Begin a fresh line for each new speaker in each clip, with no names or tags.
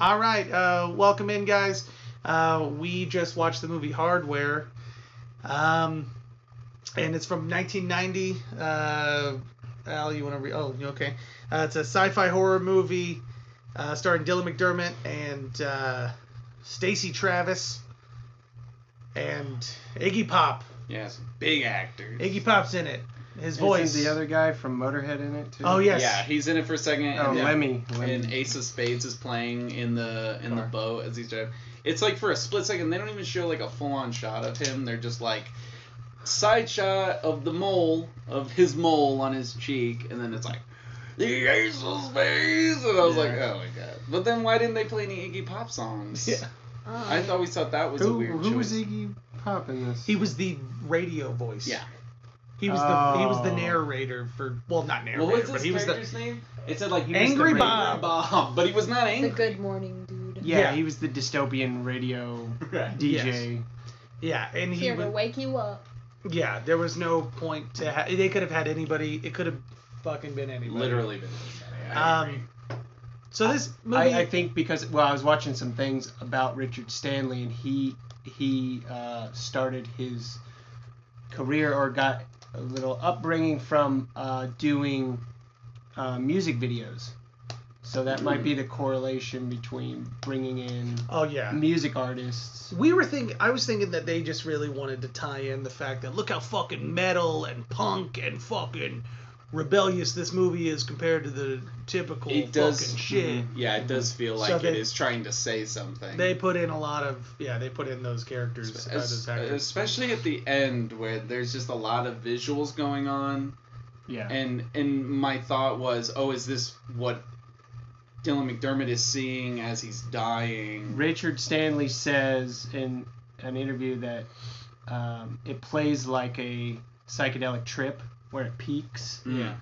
All right, uh, welcome in, guys. Uh, we just watched the movie Hardware, um, and it's from 1990. Uh, Al, you want to read? Oh, you okay? Uh, it's a sci-fi horror movie uh, starring Dylan McDermott and uh, Stacy Travis and Iggy Pop.
Yeah, some big actors.
Iggy Pop's in it. His voice.
Isn't the other guy from Motorhead in it too?
Oh, yes.
Yeah, he's in it for a second.
Oh,
and, then-
Lemmy. Lemmy.
And Ace of Spades is playing in the in the
Sure.
boat as he's driving. It's like for a split second, they don't even show like a full on shot of him. They're just like side shot of the mole of his mole on his cheek, and then it's like the Ace of Spades, and I was
Yeah.
like, oh my god. But then why didn't they play any Iggy Pop songs?
Yeah.
I always thought that was a
who
weird
who was
choice.
Iggy Pop in this?
He was the radio voice.
Yeah.
He was the he was the
Oh.
narrator for well not narrator
What was
but
his
he was the
character's name? It said like he was the
Angry
Raven
Bob.
Bob, but he was not
The
angry.
Good Morning Dude.
yeah,
yeah.
he was the dystopian radio
Right.
DJ.
yeah and he
Here to
was,
wake you up.
yeah there was no point to ha- they could have had anybody it could have fucking been anybody
Literally been.
um so this movie
I, I think because well, I was watching some things about Richard Stanley, and he he uh, started his career or got a little upbringing from uh, doing uh, music videos. So that might
Hmm.
be the correlation between bringing in
oh yeah
music artists.
we were thinking I was thinking that they just really wanted to tie in the fact that look how fucking metal and punk and fucking rebellious this movie is compared to the typical
It does-
fucking shit
mm-hmm.
Yeah, it does feel
So
like it
they-
is trying to say something.
they put in a lot of yeah they put in those characters uh,
Es-
those actors.
especially at the end where there's just a lot of visuals going on,
Yeah.
and and my thought was, oh, is this what Dylan McDermott is seeing as he's dying?
Richard Stanley says in an interview that um, it plays like a psychedelic trip where it peaks,
Yeah.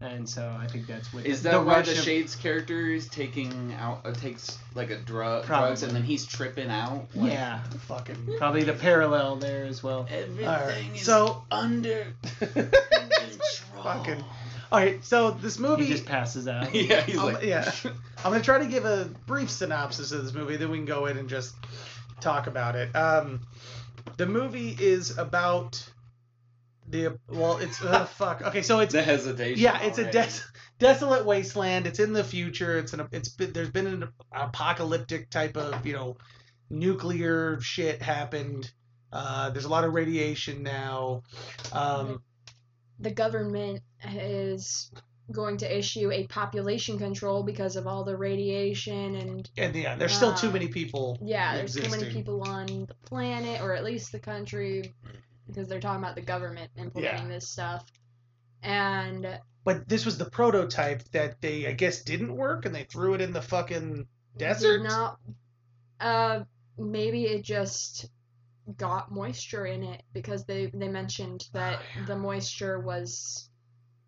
and so I think that's what
Hmm. Is that why the
rush of-
Shades character is taking out, uh, takes like a drug,
Probably.
drugs, and then he's tripping out? Like,
Yeah,
fucking
probably the parallel there as well.
Everything
All right,
is
so-
under control.
Fucking- all right so this movie
He just passes out.
Yeah, he's
I'll-
like,
yeah i'm gonna try to give a brief synopsis of this movie then we can go in and just talk about it um the movie is about the well it's uh, fuck okay so it's
the hesitation.
yeah it's a
already.
des- desolate wasteland it's in the future it's an it's been, there's been an apocalyptic type of you know nuclear shit happened uh there's a lot of radiation now um
The government is going to issue a population control because of all the radiation and
and yeah there's still too
Uh,
many people
yeah, there's too many
existing.
people on the planet or at least the country because they're talking about the government implementing this stuff. And
But this was the prototype that they, I guess, didn't work, and they threw it in the fucking desert.
did not uh maybe it just got moisture in it because they they mentioned that
Oh, yeah.
the moisture was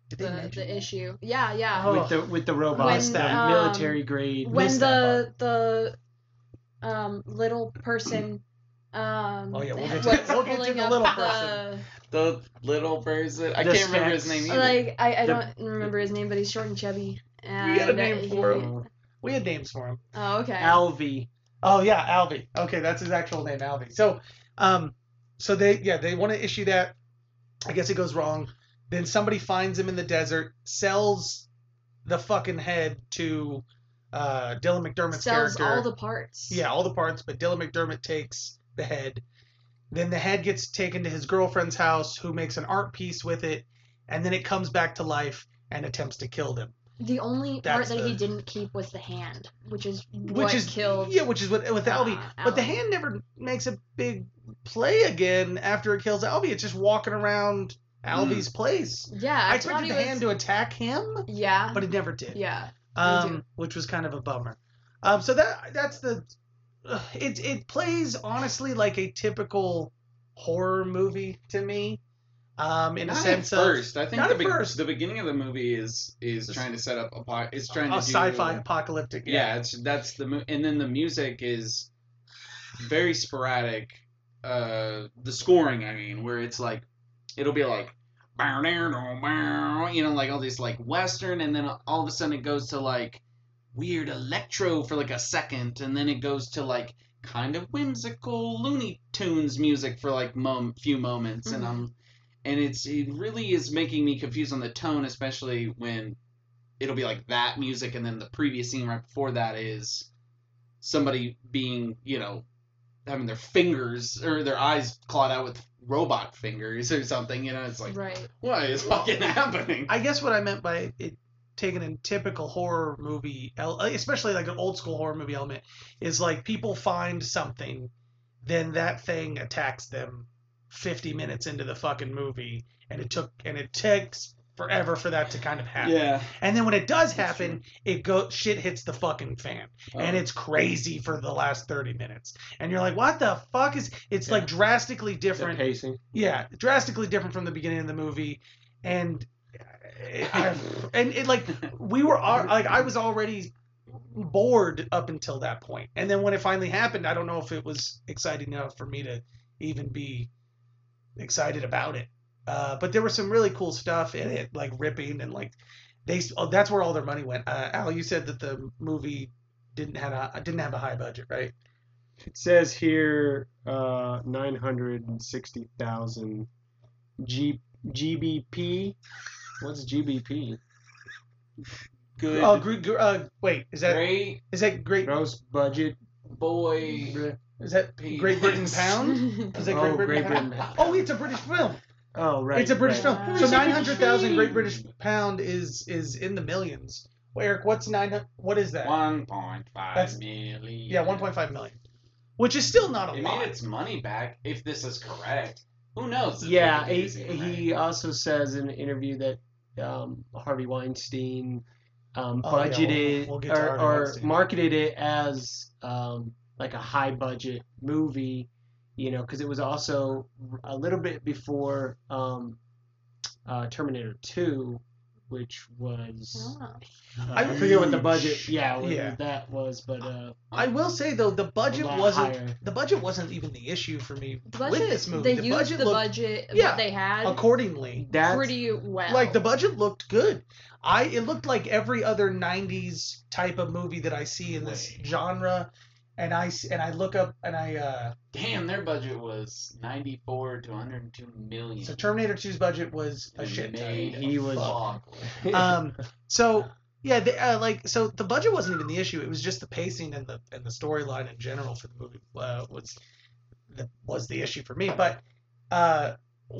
Did they
the,
mention
the
that?
issue yeah yeah
Oh,
With the with the robots,
When,
the
um,
military grade.
when
missed that
the the um little person um
Oh, yeah, we'll get
was
to- we'll get to
pulling
the
up
little
the-
person.
the little person. I
The
can't remember his
specs.
name either.
like I, I
The-
don't remember his name but he's short and chubby and
We got a name for
he-
him. We had names for him.
oh okay
Alvy.
Oh yeah, Alvy. Okay, that's his actual name, Alvy. So, um, so they yeah they want to issue that. I guess it goes wrong. Then somebody finds him in the desert, sells the fucking head to uh, Dylan McDermott's
sells
character.
all the parts
Yeah, all the parts, but Dylan McDermott takes the head. Then the head gets taken to his girlfriend's house, who makes an art piece with it, and then it comes back to life and attempts to kill them.
the only
That's
part that he
the-
didn't keep was the hand which is
Which
what
is
killed
yeah, which is with with
uh,
Albie. But the
Albie.
hand never makes a big play again after it kills Albie. It's just walking around Albie's place. I,
yeah Mm. thought
expected
he
the
was-
hand to attack him,
yeah
but it never did.
yeah
um,
too.
which was kind of a bummer. Um, so that that's the ugh, it it plays honestly like a typical horror movie to me, um, in
Not
a
at
sense
first. I think
not
the,
at
be-
first.
the beginning of the movie is is
This-
trying to set up a po- it's trying
of
to
a
do,
sci-fi apocalyptic.
Yeah, it's that's the mo- and then the music is very sporadic. Uh, the scoring, I mean, where it's like it'll be like "Bow, down, down, bow," you know, like all these like western, and then all of a sudden it goes to like weird electro for like a second, and then it goes to like kind of whimsical Looney Tunes music for like mom few moments, and
Mhm.
I'm and it's it really is making me confused on the tone, especially when it'll be like that music, and then the previous scene right before that is somebody being you know having their fingers or their eyes clawed out with robot fingers or something. You know, it's like
right.
what is fucking happening?
I guess what I meant by it taking a typical horror movie, el- especially like an old school horror movie element, is like people find something, then that thing attacks them 50 minutes into the fucking movie, and it took and it takes forever for that to kind of happen.
yeah,
And then when it does
That's
happen, it go shit hits the fucking fan,
Oh,
and it's crazy for the last 30 minutes, and you're like, what the fuck is? It's
Yeah.
like drastically different.
pacing.
yeah drastically different from the beginning of the movie and eh, I, and it like we were al- like i was already bored up until that point and then when it finally happened i don't know if it was exciting enough for me to even be excited about it uh, but there was some really cool stuff in it like ripping and like they oh, that's where all their money went uh, al you said that the movie didn't had a didn't have a high budget right
It says here uh, 960,000 G- GBP. What's GBP?
good.
oh gr- gr- uh, wait is that is
great
that great
Gross budget.
boy.
is that great britain pound Is it
Oh,
Great Britain?
Great Britain.
Oh, it's a British film.
Oh, right.
it's a British
right.
film.
Wow.
So
It's a
nine
British
hundred thousand Great
film.
British pound is is in the millions. Well, Eric, what's nine? What is that?
One point five
That's-
million.
Yeah, one point five million, which is still not a
It
lot.
made its money back, if this is correct. Who knows? if
Yeah,
they
he,
did it in
he also says in an interview that um, Harvey Weinstein um,
Oh, yeah,
budgeted
we'll- we'll get to Harvey
or, or
Weinstein.
marketed it as um, like a high budget movie, you know, because it was also a little bit before um, uh, Terminator 2, which was. I
Uh-huh.
I-
forget what the budget, yeah, what
Yeah.
that was, but uh,
I will say though, the budget
a lot
wasn't
higher.
the budget wasn't even the issue for me
The
with
budget,
this movie.
they
the
used
budget
the
looked
budget
Yeah.
that they had
accordingly.
That's,
pretty well.
Like the budget looked good. I it looked like every other '90s type of movie that I see in this
Way.
genre, and I s- and I look up and I. uh
Damn, their budget was ninety four to one hundred and two million.
So Terminator 2's budget was a
And
shit ton.
made
He
a
was-
fuck.
um so yeah the, uh, like so the budget wasn't even the issue it was just the pacing and the and the storyline in general for the movie uh, was that was the issue for me but uh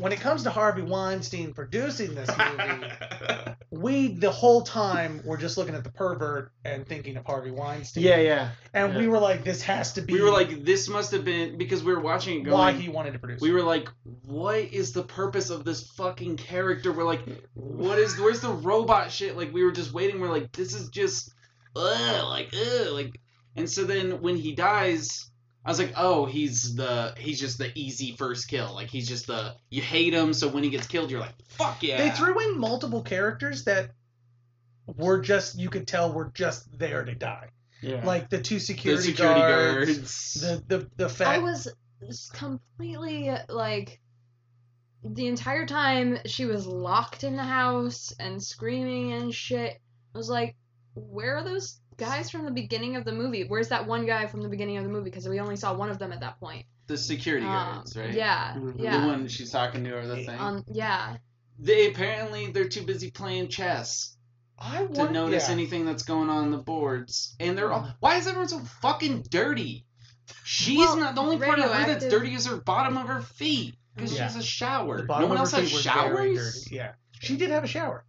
when it comes to Harvey Weinstein producing this movie, we the whole time were just looking at the pervert and thinking of Harvey Weinstein.
yeah, yeah.
and we were like, this has to be.
we were like, this must have been because we were watching it going.
why he wanted to produce.
we
it.
were like, what is the purpose of this fucking character? We're like, what is where's the robot shit? Like we were just waiting. We're like, this is just, ugh, like, ugh, like. And so then when he dies, I was like, oh, he's the he's just the easy first kill. Like he's just the you hate him. So when he gets killed, you're like, fuck yeah.
They threw in multiple characters that were just you could tell were just there to die.
yeah.
Like the two
the
security,
security
guards,
guards.
the the the
I
fat
was s- completely like the entire time she was locked in the house and screaming and shit. I was like, where are those guys from the beginning of the movie? Where's that one guy from the beginning of the movie? Because we only saw one of them at that point.
the security
Um,
guards, right? Mm-hmm.
Yeah,
Mhm. The
The
yeah,
one she's talking to or the thing.
um, yeah.
they apparently they're too busy playing chess.
I
to
want,
notice
yeah.
anything that's going on, the boards. And they're all. Why is everyone so fucking dirty? She's
Well,
not the only part of her that's
radioactive-
dirty is her bottom of her feet because she
Yeah.
has a shower.
The
No
bottom
one
of
else
her
has
feet were very
showers.
dirty. Yeah, she did have a shower,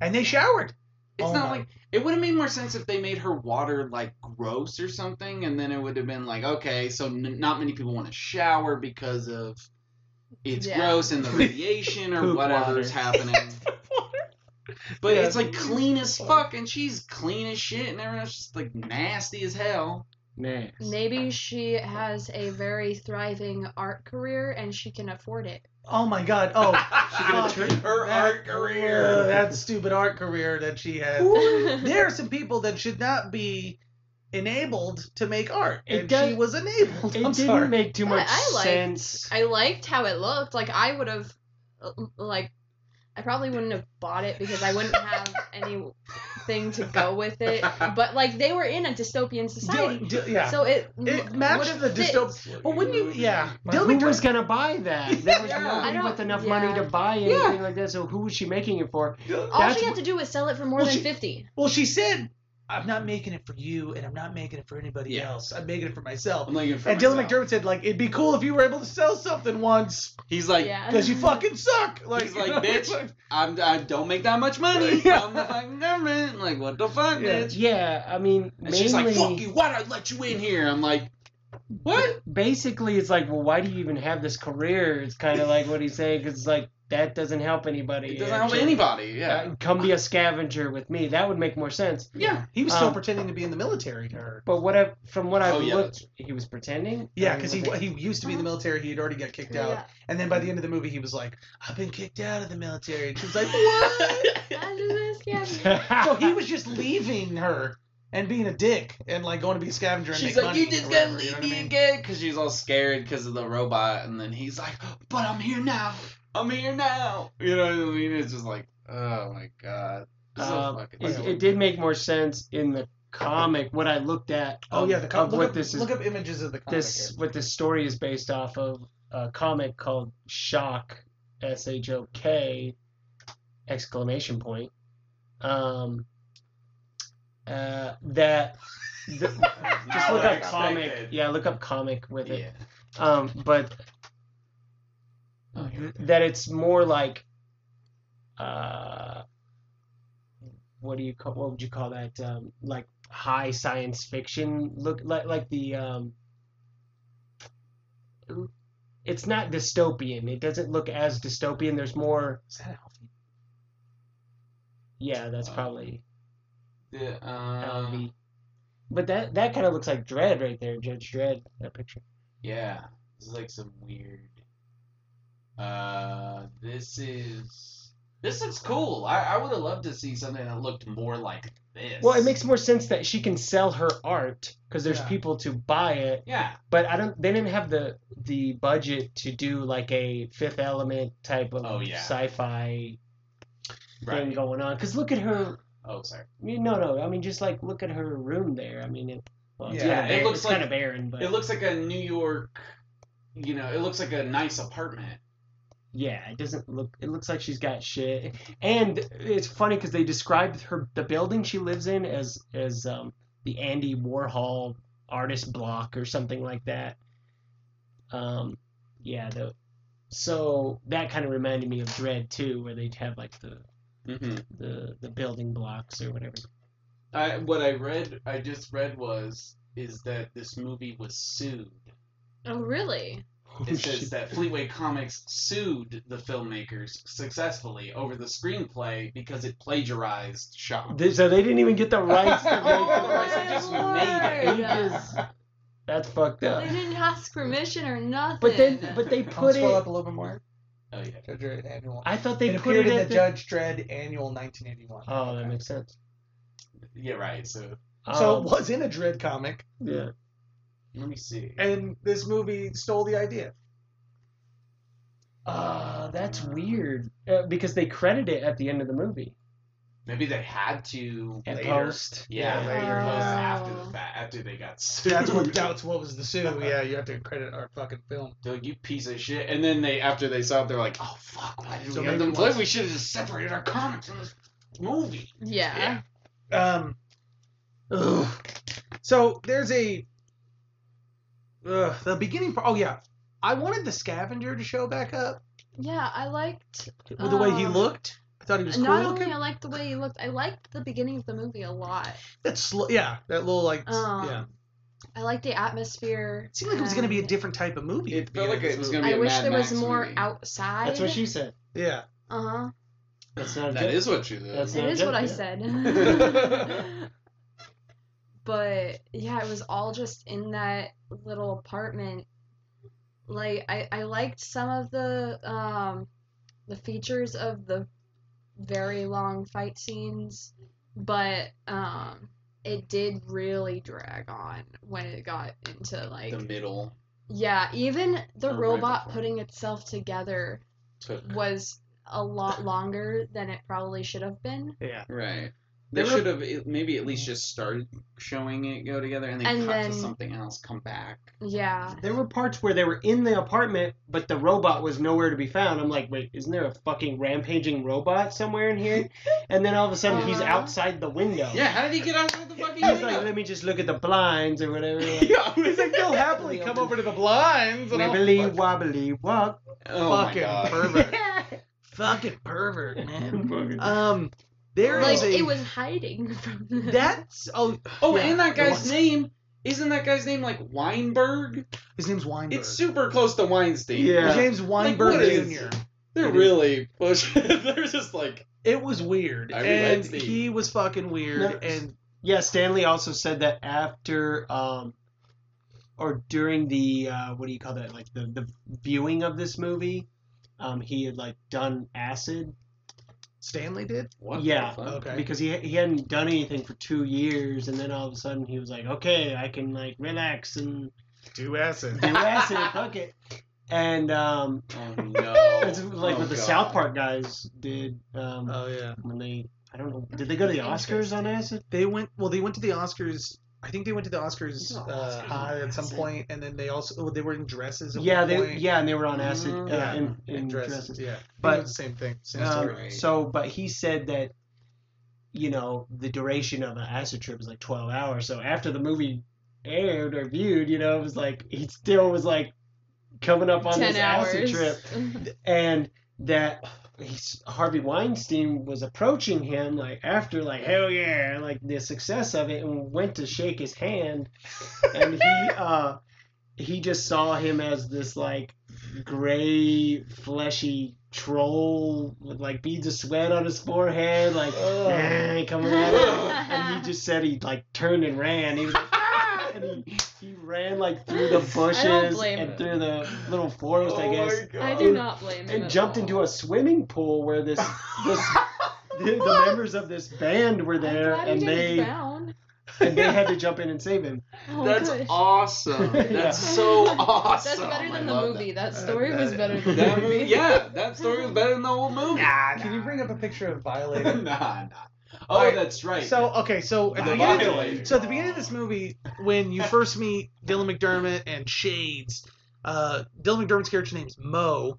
and they showered.
It's
Oh
not
my-
like it would have made more sense if they made her water like gross or something, and then it would have been like, okay, so n- not many people want to shower because of it's
Yeah.
gross and the radiation or
Poop
whatever's happening. But
Yeah.
it's like clean as fuck, and she's clean as shit, and everyone's just like nasty as hell.
Man.
Maybe she has a very thriving art career and she can afford it.
Oh my god! Oh,
She's
gonna turn
her
that-
art
uh,
career.
that stupid art career that she had.
yeah,
There are some people that should not be enabled to make art,
It
and
does-
she was enabled.
It
I'm
didn't
sorry.
make too
But
much
I liked-
sense.
I liked how it looked. uh, Like I would have, like, I probably wouldn't have bought it because I wouldn't have anything to go with it. But like they were in a dystopian society,
Dil- dil- yeah.
so it
it
m-
matched
would've
the
fit.
dystopian. But wouldn't you? Yeah.
But who was gonna buy that? There was
Yeah.
I
nobody
don't-
with enough
yeah.
money to buy
Yeah.
anything like that. So who was she making it for?
All
That's
she had to do was sell it for more
Well,
than
she-
fifty.
Well, she said, "I'm not making it for you, and I'm not making it for anybody
Yeah.
else. I'm making it for myself."
I'm making it for
and Dylan
myself.
McDermott said, "Like it'd be cool if you were able to sell something once,
He's like,
yeah,
because you fucking suck." Like,
He's like, "Bitch." I'm, I don't make that much money
Yeah.
from the fucking government. I'm like, what the fuck,
Yeah.
bitch?
Yeah, I mean,
And
mainly,
she's like, fuck you, why'd I let you in here? I'm like, what?
basically, it's like, well, why do you even have this career? It's kind of like what he's saying, because it's like that doesn't help anybody.
It doesn't help
actually.
anybody, yeah.
Uh, come be a scavenger with me. That would make more sense.
Yeah.
He was still
Um,
pretending to be in the military. Or
But what I, from what I've
Oh, yeah,
looked, he was pretending.
yeah,
Or
because he
was-
he used to be in the military. He had already got kicked out,
yeah.
and then by the end of the movie, he was like, "I've been kicked out of the military." And she was like, "What?"
I'm just gonna scam
so he was just leaving her and being a dick and like going to be a scavenger. And
She's
make
like,
money
you just
or
gotta
whatever, you know
leave
what I
me
mean?
again, because she's all scared because of the robot. And then he's like, but I'm here now. I'm here now. You know what I mean? It's just like, oh my god. So
Um,
fucking
it,
dumb.
it did make more sense in the comic. What I looked at.
Oh
of-
yeah, the com-
of
look,
what
up,
this is
look up images of the comic.
this what this story is based off of a comic called Shock, S H O K, exclamation point. Um, uh, that the, just
Not
look
what I
up comic.
expected.
Yeah, look up comic with it.
Yeah.
Um, but
Oh, here we go.
that it's more like, uh, what do you call? What would you call that? Um, like high science fiction look, like like the um. It's not dystopian. It doesn't look as dystopian. There's more.
Is that healthy?
Yeah, that's
Uh,
probably
Yeah,
LV.
um,
But that that kind of looks like Dread right there, Judge Dread. That picture.
yeah. This is like some weird. Uh, this is. This looks cool. I, I would have loved to see something that looked more like this.
Well, it makes more sense that she can sell her art because there's
Yeah.
people to buy it.
Yeah.
but I don't. They didn't have the the budget to do like a Fifth Element type of
Oh, yeah.
sci-fi thing
Right.
going on. Because look at her.
Oh, sorry.
I mean, No, no. I mean, just like look at her room there. I mean, it. Well, it's
Yeah,
kinda
it
bare-
looks
it's
like-
kind of barren, but
It looks like a New York. You know, it looks like a nice apartment.
yeah, it doesn't look. It looks like she's got shit. And it's funny because they described her the building she lives in as as um the Andy Warhol artist block or something like that. Um, yeah, the, so that kind of reminded me of Dread too, where they'd have like the
Mm-hmm.
the the building blocks or whatever.
I what I read, I just read was is that this movie was sued.
Oh really?
Oh,
It says that Fleetway Comics sued the filmmakers successfully over the screenplay because it plagiarized Shock.
They- so they didn't even get the rights to make
Oh,
the
my
They
Lord.
just- that's fucked up.
They didn't ask permission or nothing.
But then, but they
Can we
put
scroll
it.
up a little bit more.
Oh yeah.
Judge Dredd annual.
I thought they
it
put
appeared
it
in the,
at the.
Judge Dredd annual 1981.
oh, that makes sense.
Yeah, right. So
so
Um,
it was in a Dredd comic,
Yeah.
let me see.
and this movie stole the idea.
Uh, that's weird uh, because they credit it at the end of the movie.
Maybe they had to
At
later.
post.
Yeah,
Yeah,
later
later.
post after
Oh.
the fact, after they got sued.
That's what doubts what was the sue. Yeah, you have to credit our fucking film.
They're like, you piece of shit. And then they, after they saw it, they're like, oh fuck, why did
So
we have
maybe
them
it
play?
was-
We should have just separated our comics from this movie.
yeah.
Yeah.
Um, ugh. So there's a ugh, the beginning part. Oh yeah, I wanted the scavenger to show back up
Yeah, I liked
with the way
Oh.
he
Um,
looked. I thought he was cool
not
looking.
only I liked the way he looked, I liked the beginning of the movie a lot.
That slow, yeah, that little like, s-
Um,
yeah.
I liked the atmosphere.
It seemed like it was gonna be a
and
different type of movie.
It
at the
felt
beginning
like
of
it
this
was
movie.
gonna be
I
a
wish
Mad
there was
Max
more
movie.
outside.
That's what she said.
Yeah,
Uh huh.
That's not.
That is what you
That's
did.
It
not
is
good,
what I
yeah.
said. but yeah, it was all just in that little apartment. Like I, I liked some of the um the features of the very long fight scenes, but um it did really drag on when it got into like
The middle
yeah, even
Oh,
the
right
robot
before.
putting itself together
took
was a lot longer than it probably should have been.
Yeah.
Right.
They
They
were-
should have it- maybe at least just started showing it go together and then
And
cut
then-
to something else, come back.
Yeah.
There were parts where they were in the apartment, but the robot was nowhere to be found. I'm like, wait, isn't there a fucking rampaging robot somewhere in here? And then all of a sudden, he's
Uh-huh.
outside the window.
Yeah, how did he get out of the fucking
He's like,
window?
let me just look at the blinds or whatever. Like,
yeah, I was
He's like,
like,
they'll happily come over to the blinds. And I'll
Wibbly
fuck-
wobbly walk.
oh my
fucking
God.
pervert. fucking pervert, man.
Fucking-
Um, there
Like
is a.
it was hiding from them.
That's oh
Oh,
yeah,
and that
it
guy's
was.
name isn't that guy's name like Weinberg?
His name's Weinberg.
It's super close to Weinstein.
Yeah.
His name's Weinberg
what is-
Jr.
They're
It is.
really pushing. They're just like
It was weird,
I
and
realized the-
he was fucking weird,
No,
and
Yeah, Stanley also said that after um or during the uh what do you call that? Like the the viewing of this movie, um he had like done acid
Stanley did.
what?
Yeah.
The fuck?
Okay.
because he he hadn't done anything for 2 years and then all of a sudden he was like, "Okay, I can like relax and
Do acid.
do acid, fuck it." And um
Oh no.
it's like
Oh,
what the
God.
South Park guys did um
Oh yeah.
when they I don't know, did they go to the Oscars on acid?
They went. Well, they went to the Oscars. I think they went to the Oscars
They went to the
uh,
Oscars
high
on
at some
acid.
point, and then they also oh, they were in dresses. At
Yeah,
one
they
point. Mm-hmm.
yeah, and they were on acid uh,
Mhm.
Yeah,
in, in,
in dresses.
dresses.
Yeah,
But-
but the same thing. Same
Um,
story.
right.
So, but he said that, you know, the duration of an acid trip is like 12 hours. So after the movie aired or viewed, you know, it was like, he still was like coming up on
Ten
this
hours.
acid trip. And that he's, Harvey Weinstein was approaching him like after like, hell yeah, like the success of it and went to shake his hand. and he, uh, he just saw him as this like gray, fleshy troll with like beads of sweat on his forehead, like "Eh," coming at him. And he just said he like turned and ran. He was like, "Ah!" and he, he ran like through the bushes
blame
and
him.
through the little forest, I guess,
Oh, my
I
God.
do not blame him.
and jumped into a swimming pool where this this the,
Oh,
the members of this band were there, and they
Drown.
and they had to jump in and save him.
Oh,
That's
good.
awesome.
Yeah.
That's so
That's
awesome.
better
I
than the
love
movie. That,
Uh,
story was
that-
better
That.
than
That
the
movie,
movie.
yeah, that story was better than the whole
oh,
movie.
Can you bring up a picture of
nah,
Violator?
nah. Oh,
Alright,
that's right.
so okay, so at the
The
beginning,
Violator.
So at the beginning of this movie, when you first meet Dylan McDermott and Shades, uh, Dylan McDermott's character name's Mo,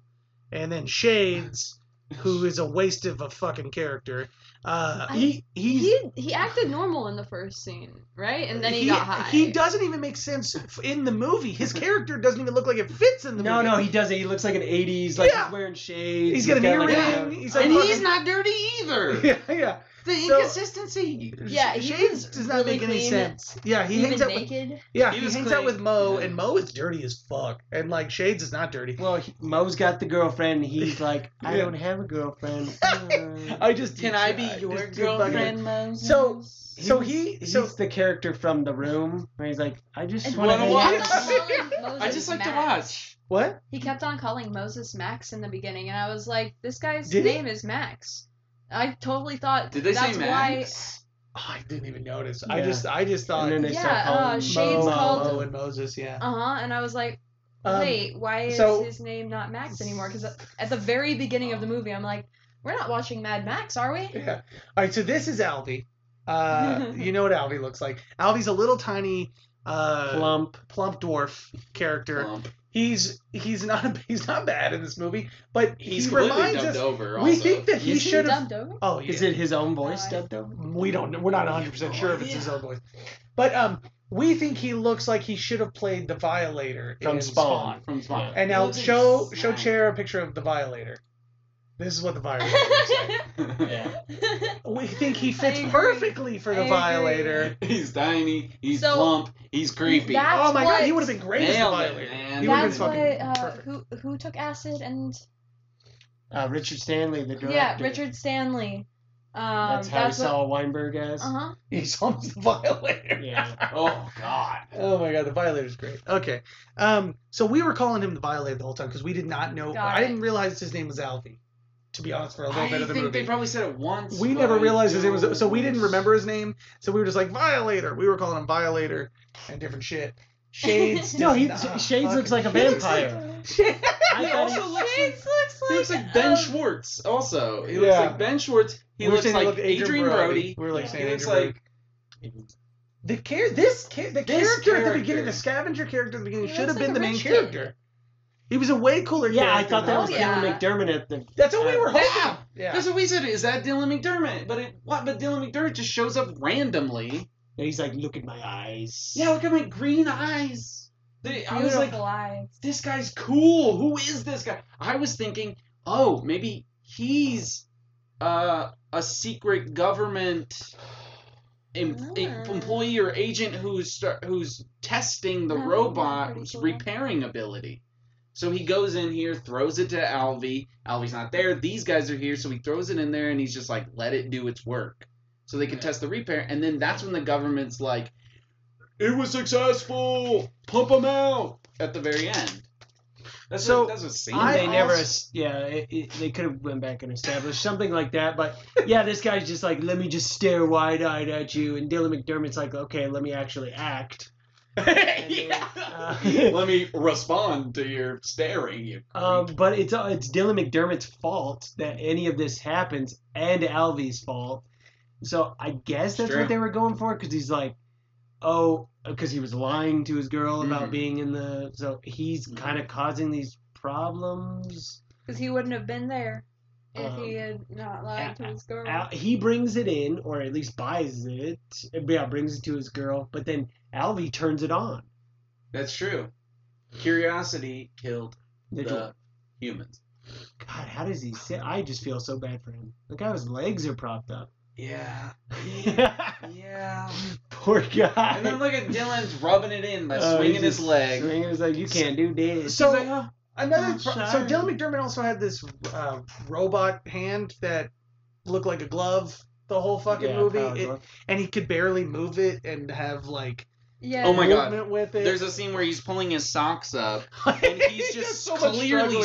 and then Shades, who is a waste of a fucking character. Uh, he he's,
He he acted normal in the first scene, right? And then he, got high.
He doesn't even make sense f- in the movie. His character doesn't even look like it fits in the
No,
movie.
no, he doesn't. He looks like an '80s, like
Yeah.
he's wearing shades.
He's got an
like,
earring.
a-
He's like
and
fucking-
he's not dirty either.
Yeah, yeah.
The
So-
inconsistency.
Yeah, he
Shades
was
does not
really
make any
clean.
sense. Yeah, he,
He was
hangs out. With,
naked.
yeah,
He
he,
was
hangs out
clean.
with Mo,
Yeah.
and Mo is dirty as fuck, and like Shades is not dirty.
Well, he, Mo's got the girlfriend. and He's like, I
Yeah.
don't have a girlfriend. Uh,
I just
Can I be
I
your
just did fucking-
girlfriend,
So- So he-
he's,
so-
he's the character from The Room where he's like, I just
And
want
wanna
to
he
hang
watch?
out.
kept on calling Moses
I just like to
Max.
watch.
What?
He kept on calling Moses Max in the beginning, and I was like, "This guy's
Did he?
name is Max." I totally thought
Did they
that's
say
why.
Max?
Oh, I didn't even notice. I
Yeah.
just I just thought
And then they
Yeah,
start calling
uh,
him
Shades
Mo,
called-
Mo,
Mo
Mo,
and Moses. Yeah.
Uh huh. And I was like,
Um,
"Wait, why is
so-
his name not Max anymore?" Because at the very beginning of the movie, I'm like, "We're not watching Mad Max, are we?"
Yeah. All right. So this is Alvy. Uh, you know what Alvy looks like. Alvy's a little tiny, uh, plump.
Plump.
dwarf character.
Well,
He's he's not he's not bad in this movie, but
he's
he
completely
reminds
dubbed
us.
over.
We
also.
think that he
Is he
should have.
dubbed over.
Oh, yeah.
Is it his own voice
I-
dubbed over?
We don't. know. We're not 100 percent sure if it's his
Yeah.
own voice, but um, we think he looks like he should have played the Violator
From
in
Spawn.
from Spawn.
And
He
now
looks
show show
exact-
chair a picture of the Violator. This is what the Violator looks like.
Yeah.
We think he
I
fits
agree.
perfectly for the
I agree.
Violator.
He's tiny. He's
So-
plump. He's creepy.
That- That's
oh my god, he
what-
would have been great as the
Nailed it,
Violator.
man.
He would have
That's
been
what
fucking
uh,
perfect.
who who took acid and
Uh, Richard Stanley, the director.
yeah Richard Stanley. Um,
That's how he saw Weinberg as.
Uh huh.
He's almost the Violator.
Yeah.
oh God.
Oh my god, the Violator's great. Okay, um, so we were calling him the Violator the whole time because we did not know.
Got
I
it.
didn't realize his name was Alfie. To be honest, for a little
I
bit of
think
the
they
movie,
probably said it once.
we
but
never
I
realized his name was.
don't-
So we didn't remember his name. So we were just like Violator. We were calling him Violator and different shit. Shades.
No,
does
he
not
Shades looks like
fucking-
a
He looks like-
vampire.
Shades-
I
He
thought
also
he-
looks
Shades looks like,
He looks like Ben
um,
Schwartz. Also, he
Yeah.
looks like Ben Schwartz. He
We're
looks
saying
like
looked
Adrian, Brody.
We're like
Yeah.
saying
He looks
Adrian
like
Brody. the char- this char- the
This
character, at the beginning,
character.
the scavenger character at the beginning,
He
should
looks
have
like
been
a
the main
rich kid.
character. He was a way cooler.
Yeah, I
character
thought
than
that was
Oh,
Dylan.
Dylan
yeah.
McDermott at the.
That's what we were hoping.
Uh, Yeah.
Yeah.
That's what we said. Is that Dylan McDermott? But it, what? But Dylan McDermott just shows up randomly.
And he's like, look at my eyes.
Yeah, look at my green eyes. They, I was like,
beautiful eyes.
this guy's cool. Who is this guy? I was thinking, oh, maybe he's uh, a secret government em- em-
Ah.
employee or agent who's start, who's testing the
That would be
robot's
pretty cool.
repairing ability. So he goes in here, throws it to Alvy. Alvy's not there. These guys are here, so he throws it in there, and he's just like, let it do its work, so they can test the repair. And then that's when the government's like, it was successful. Pump them out at the very end. That's
So,
what, that's what seemed.
I
they never,
also-
es- yeah, it, it, they could have went back and established something like that. But yeah, this guy's just like, let me just stare wide eyed at you, and Dylan McDermott's like, okay, let me actually act.
yeah.
Uh,
Let me respond to your staring. You.
Um,
creep.
but it's uh, it's Dylan McDermott's fault that any of this happens, and Alvy's fault. So I guess that's
True.
what they were going for, because he's like, oh, because he was lying to his girl
Mhm.
about being in the. So he's
Mhm.
kind of causing these problems.
Because he wouldn't have been there if
Um,
he had not lied to his girl.
Al- he brings it in, or at least buys it. Yeah, brings it to his girl, but then Alvy turns it on.
That's true. Curiosity killed
The
the humans.
God, how does he sit? I just feel so bad for him. Look how his legs are propped up.
Yeah. Yeah.
Poor guy.
Mm-hmm. And then look at Dylan's rubbing it in by
Oh,
Uh, swinging
he's
his
just
leg.
Swinging his leg. You can't do this.
So-
He's like, "Huh,
Another
I'm
pro- so
sorry.
Dylan McDermott also had this uh, robot hand that looked like a glove the whole fucking
Yeah,
movie,
power
It-
glove.
and he could barely move it and have like
yeah.
oh my God.
movement with it.
There's a scene where he's pulling his socks up, and he's just
so much
clearly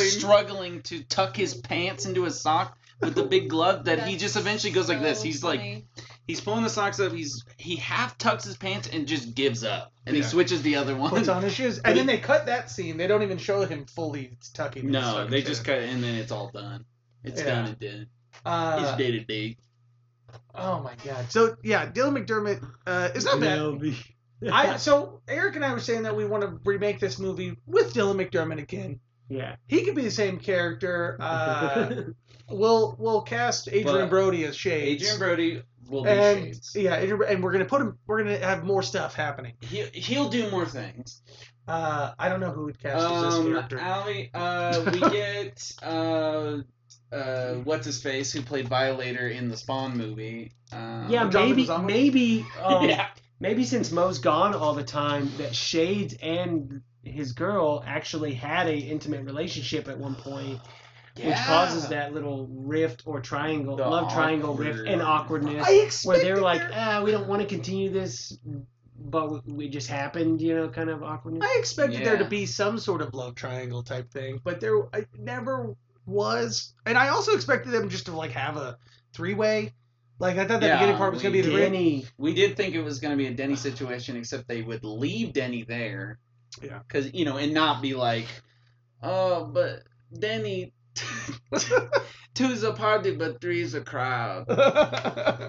struggling.
struggling. to tuck his pants into his sock with the big glove that he
That's
just eventually goes like
so
this. He's like
funny.
he's pulling the socks up. He's he half tucks his pants and just gives up, and
Yeah.
he switches the other one.
puts on his shoes, and then they cut that scene. They don't even show him fully tucking. his
No,
fucking
they
shit.
just cut, it, and then it's all done. It's
Yeah.
done and done. It's
Uh,
day to day.
oh my god! So yeah, Dylan McDermott uh, is not bad.
Alvy.
I so Eric and I were saying that we want to remake this movie with Dylan McDermott again.
yeah.
He could be the same character. Uh, we'll we'll cast Adrian
But-
Brody as Shades.
Adrian Brody will be
and
shades.
yeah, Adrian, Bro- and we're gonna put him. We're gonna have more stuff happening.
He he'll do more things.
Uh, I don't know who would cast as this
Um,
character.
Ali, uh, we get uh, uh, what's his face who played Violator in the Spawn movie. Um,
yeah,
Jonathan
maybe,
Zahn?
maybe, um,
yeah,
maybe since Mo's gone all the time, that Shades and his girl actually had a intimate relationship at one point, which
Yeah.
causes that little rift or triangle,
The
love triangle rift and
awkward-
awkwardness,
I
where
expected
they're like,
there-
ah, we don't want to continue this, but we- it just happened, you know, kind of awkwardness.
I expected there to
Yeah.
be some sort of love triangle type thing, but there I never was. And I also expected them just to like have a three way. Like I thought the
Yeah,
beginning part was gonna
we
be the
did.
ring.
Danny,
We did think it was going to be a Denny situation, except they would leave Denny there.
Yeah.
Because, you know, and not be like, oh, but Denny, two's a party, but three's a crowd.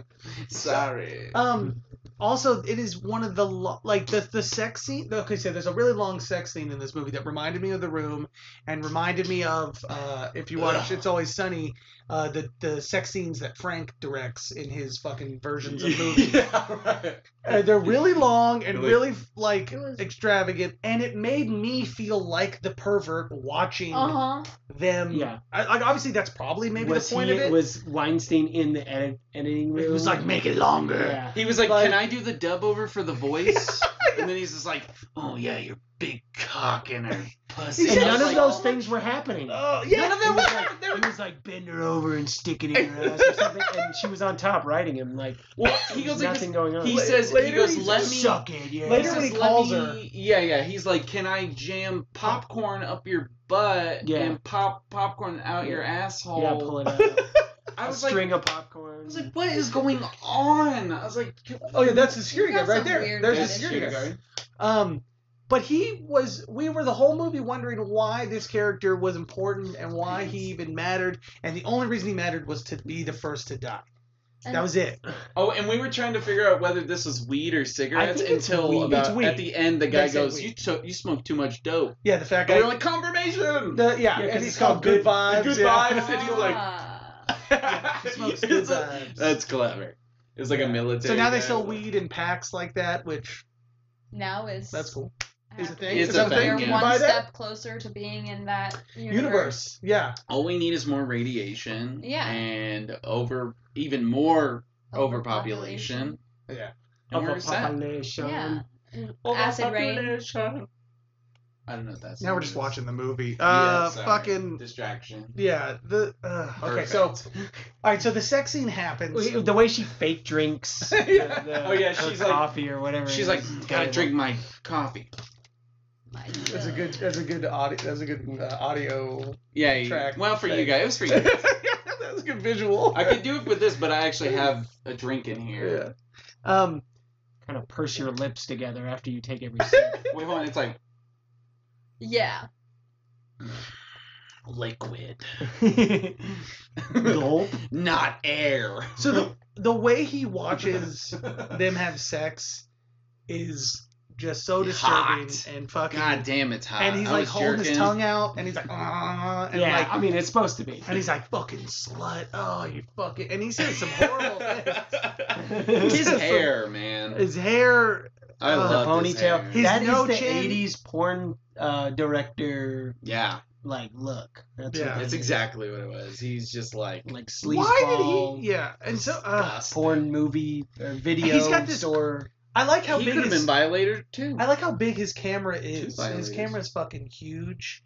Sorry.
Um. Also, it is one of the lo- like the the sex scene. Okay, so there's a really long sex scene in this movie that reminded me of The Room, and reminded me of uh, if you watch
Ugh.
It's Always Sunny, uh, the the sex scenes that Frank directs in his fucking versions of movies.
yeah, right.
Uh, they're really long and
Really-
really like
It was-
extravagant, and it made me feel like the pervert watching
Uh huh.
them.
yeah,
I, like obviously that's probably maybe
was
the point
he,
of it.
was Weinstein in the edit, editing room?
It was like make it longer.
yeah.
He was like,
Like-
can I do the dub over for the voice? And then he's just like, oh, yeah, your big cock and her pussy.
And
Yeah,
none
it's
of
like-
those things were happening.
Oh yeah,
None of
He
them
was,
were.
like,
They were-
he was like bend her over and stick it in her ass or something, and she was on top riding him like
Well, he
there's
goes like
nothing
this.
going on.
He
La-
says, he
later
goes,
he's
let me.
just
suck it, yeah.
Later
He
when he
says, "Let
calls
me-"
her-
Yeah, yeah. He's like, "Can I jam popcorn up your butt
Yeah.
and pop popcorn out your asshole?"
yeah, pull it out.
I
A
was like,
string of
I
popcorn.
was like, "What is going on?" I was like,
Oh yeah, that's the security
He's
guard
got
right
some
there.
weird
There's the
fetish.
security
Yes.
guard. Um, But he was. We were the whole movie wondering why this character was important and why he even mattered. And the only reason he mattered was to be the first to die.
And
that was it.
Oh, and we were trying to figure out whether this was weed or cigarettes
think it's
until
weed.
about
It's weed.
at the end the guy
They said
goes,
weed.
"You took you smoked too much dope."
Yeah, the fact
And we were
guy.
like, "Confirmation!"
The, yeah,
Yeah, 'cause
and
it's
it's called
called
Good
Good-
Vibes.
Good
yeah.
Vibes, and he's like-
Ah.
he smokes good
It's a-
vibes.
that's clever. It's like
Yeah.
a military.
So now they
guy.
sell weed in packs like that, which
now is
that's cool. Is a thing.
It's
Is
a
that
thing,
We're
yeah.
You buy
one
that?
step closer to being in that universe.
Universe. Yeah.
All we need is more radiation.
Yeah.
And over even more overpopulation.
Yeah.
And we're set.
Population.
Yeah. Acid rain.
I don't know. If that's
Now we're just watching the movie.
Yeah,
Uh,
sorry.
fucking.
distraction.
Yeah. The. Uh, okay. So. All
Perfect.
right. So the sex scene happens.
Well, The way she fake drinks.
Yeah.
the- the-
Oh, yeah,
her
she's like-
coffee or whatever.
she's
it
like,
is.
gotta drink my coffee.
My
That's a
God.
good. That's a good audio. That's a good uh, audio.
Yeah. you-
Track.
Well, for you
Thing.
guys, it was for you. guys.
that was a good visual.
I could do it with this, but I actually have a drink in
Yeah.
here.
Um.
Kind of purse your lips together after you take every sip.
Wait, hold on. It's like
Yeah.
liquid,
Gulp.
not air.
So the the way he watches them have sex is just so disturbing
Hot.
and fucking.
God damn, it's hot.
and he's
I
like
was
holding his
jerking.
tongue out, and he's like, "Ah," and
yeah,
like,
I mean it's supposed to be.
and he's like, fucking slut. Oh, you fucking. And he says some horrible things.
His
Some-
hair, man.
His hair.
I
uh,
the
love his
ponytail.
His
hair.
That is
no
the
chin.
'80s porn uh, director
Yeah,
like look. That's
Yeah.
what
that's
it is.
exactly what it was. He's just like
like
Why
sleazeball
did he? Yeah, and so uh,
disgusting.
porn movie or video
He's got this-
store.
I like how
he
big
could have
his
been violator too.
I like how big his camera is. His
violators.
camera is fucking huge,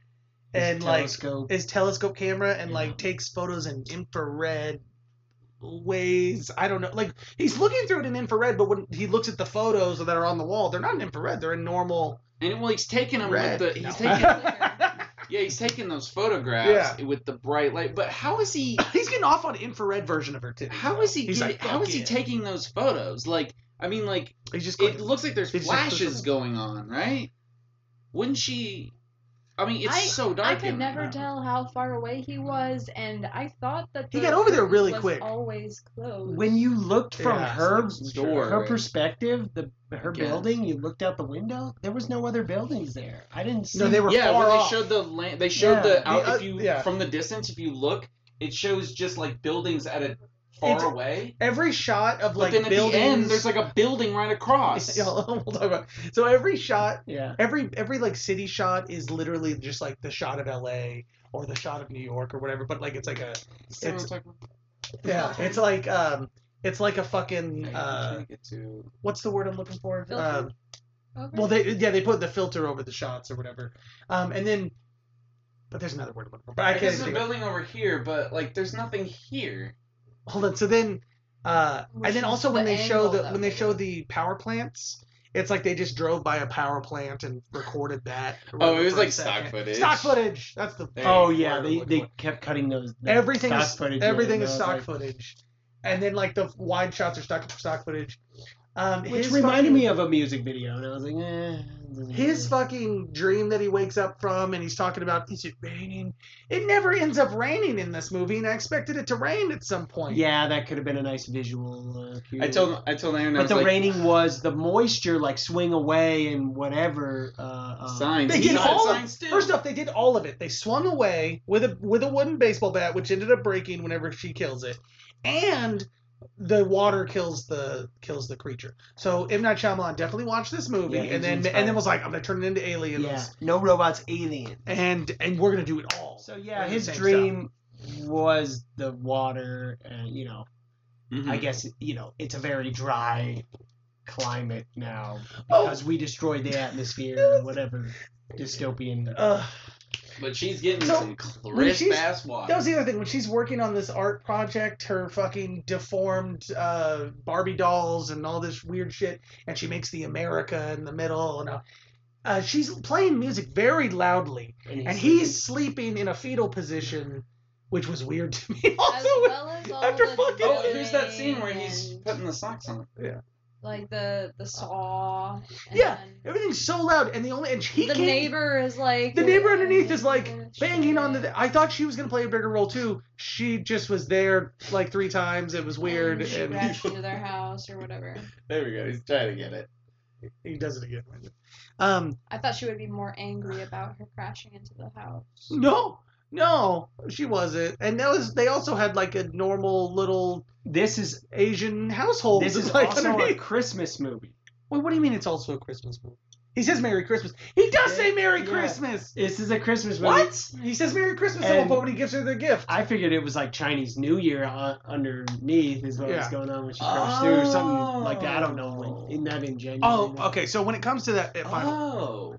his
and like
telescope.
his telescope camera, and
Yeah.
like takes photos in infrared ways. I don't know. Like he's looking through it in infrared, but when he looks at the photos that are on the wall, they're not in infrared. They're in normal.
And well, he's taking him
Red.
with the he's
No.
taking yeah he's taking those photographs with the bright light. But how is he?
He's getting off on infrared version of her titties.
How is he?
He's
Getting,
like,
how
"Fuck
is he
yeah."
taking those photos? Like I mean, like
He's just going.
it looks like there's
It's just-
flashes going on, right? Wouldn't she? I mean, it's
I-
so dark.
I could
in
never
there.
tell how far away he was, and I thought that
He
the
got over there
curtain
really
was
quick.
Always closed.
When you looked from
Yeah,
her
it's like-
door.
her perspective, the her
Again.
building, you looked out the window. There was no other buildings there. I didn't see.
No, they were
Yeah,
far
when they
off.
showed the land, they showed
Yeah.
the out.
The
if
oth-
you
yeah.
from the distance, if you look, it shows just like buildings at a far
It's-
away.
Every shot of
But
like
then at
buildings.
the end, there's like a building right across.
Yeah, we'll talk about. it. So every shot
Yeah.
every every like city shot is literally just like the shot of LA or the shot of New York or whatever, but like it's like a
So
it's-
it's like,
yeah, it's like um it's like a fucking uh
take it to-
what's the word I'm looking for?
Filter?
Um,
Over?
well they yeah, they put the filter over the shots or whatever. Um and then but there's another word I'm looking for. But I
Like,
can't
There's a
think of it.
building over here, but like there's nothing here.
Hold on. So then uh
Which
and then
is
also
the
when they show
angle
the
that
when they
they
show
were-
the power plants it's like they just drove by a power plant and recorded that. or
Oh,
whatever
it was
for a
like stock
second.
footage.
Stock footage. That's the
There
Oh
you
yeah,
are
they,
looking
they
for-
kept cutting those. the
everything
stock
is
footage.
everything
in,
is
and I was
stock
like-
footage, and then like the wide shots are stock stock footage. Um,
Which
his
reminded
fucking-
me of a music video, and I was like, eh. doesn't
his
matter.
fucking dream that he wakes up from, and he's talking about is it raining? It never ends up raining in this movie, and I expected it to rain at some point.
Yeah, that could have been a nice visual. Uh, cue.
I told I told Aaron I
But
was
the
like,
raining was the moisture, like swing away and whatever. Uh, uh,
signs.
They
He
did
said
all of-
signs too.
First off, they did all of it. They swung away with a with a wooden baseball bat, which ended up breaking whenever she kills it, and the water kills the kills the creature. So M Night Shyamalan definitely watched this movie,
Yeah,
and then
Aliens
and then
five.
was like, I'm gonna turn it into aliens,
yeah, no robots, alien.
and and we're gonna do it all.
So yeah,
They're the
his
same
dream was the water, and you know,
Mhm.
I guess you know it's a very dry climate now
Oh.
because we destroyed the atmosphere and whatever dystopian.
Ugh.
But she's getting
So,
some
when
crisp
she's-
ass water.
That was the other thing. When she's working on this art project, her fucking deformed uh, Barbie dolls and all this weird shit, and she makes the America in the middle, and uh, uh, she's playing music very loudly, and he's sleeping in a fetal position, which was weird to me.
as
Also,
well as all
after
the
fucking-
Oh, here's that Oh, scene where he's
and-
putting the socks on.
like the
Uh,
the saw. And
Yeah,
then
Everything's so loud, and the only and he
the
can't,
neighbor is like
The neighbor underneath is like
Yeah,
banging on
shit.
the. I thought she was gonna play a bigger role too. She just was there like three times. It was weird,
And she
and
crashed into their house or whatever.
There we go. He's trying to get it.
he does it again. Um,
I thought she would be more angry about her crashing into the house.
no, no, she wasn't. And that was they also had like a normal little
This is
Asian household.
this is
like
also a
underneath.
Christmas movie.
Wait, what do you mean? It's also a Christmas movie. He says Merry Christmas. He does say Merry
Yeah.
Christmas.
This is a Christmas movie.
What? He says Merry Christmas at one
And-
point when he gives her the gift.
I figured it was like Chinese New Year uh, underneath is what was
Yeah.
going on when she crashed through or something like that. I don't
Oh.
know. Like, isn't that ingenuous?
oh, okay. So when it comes to that, eh, fine.
Oh.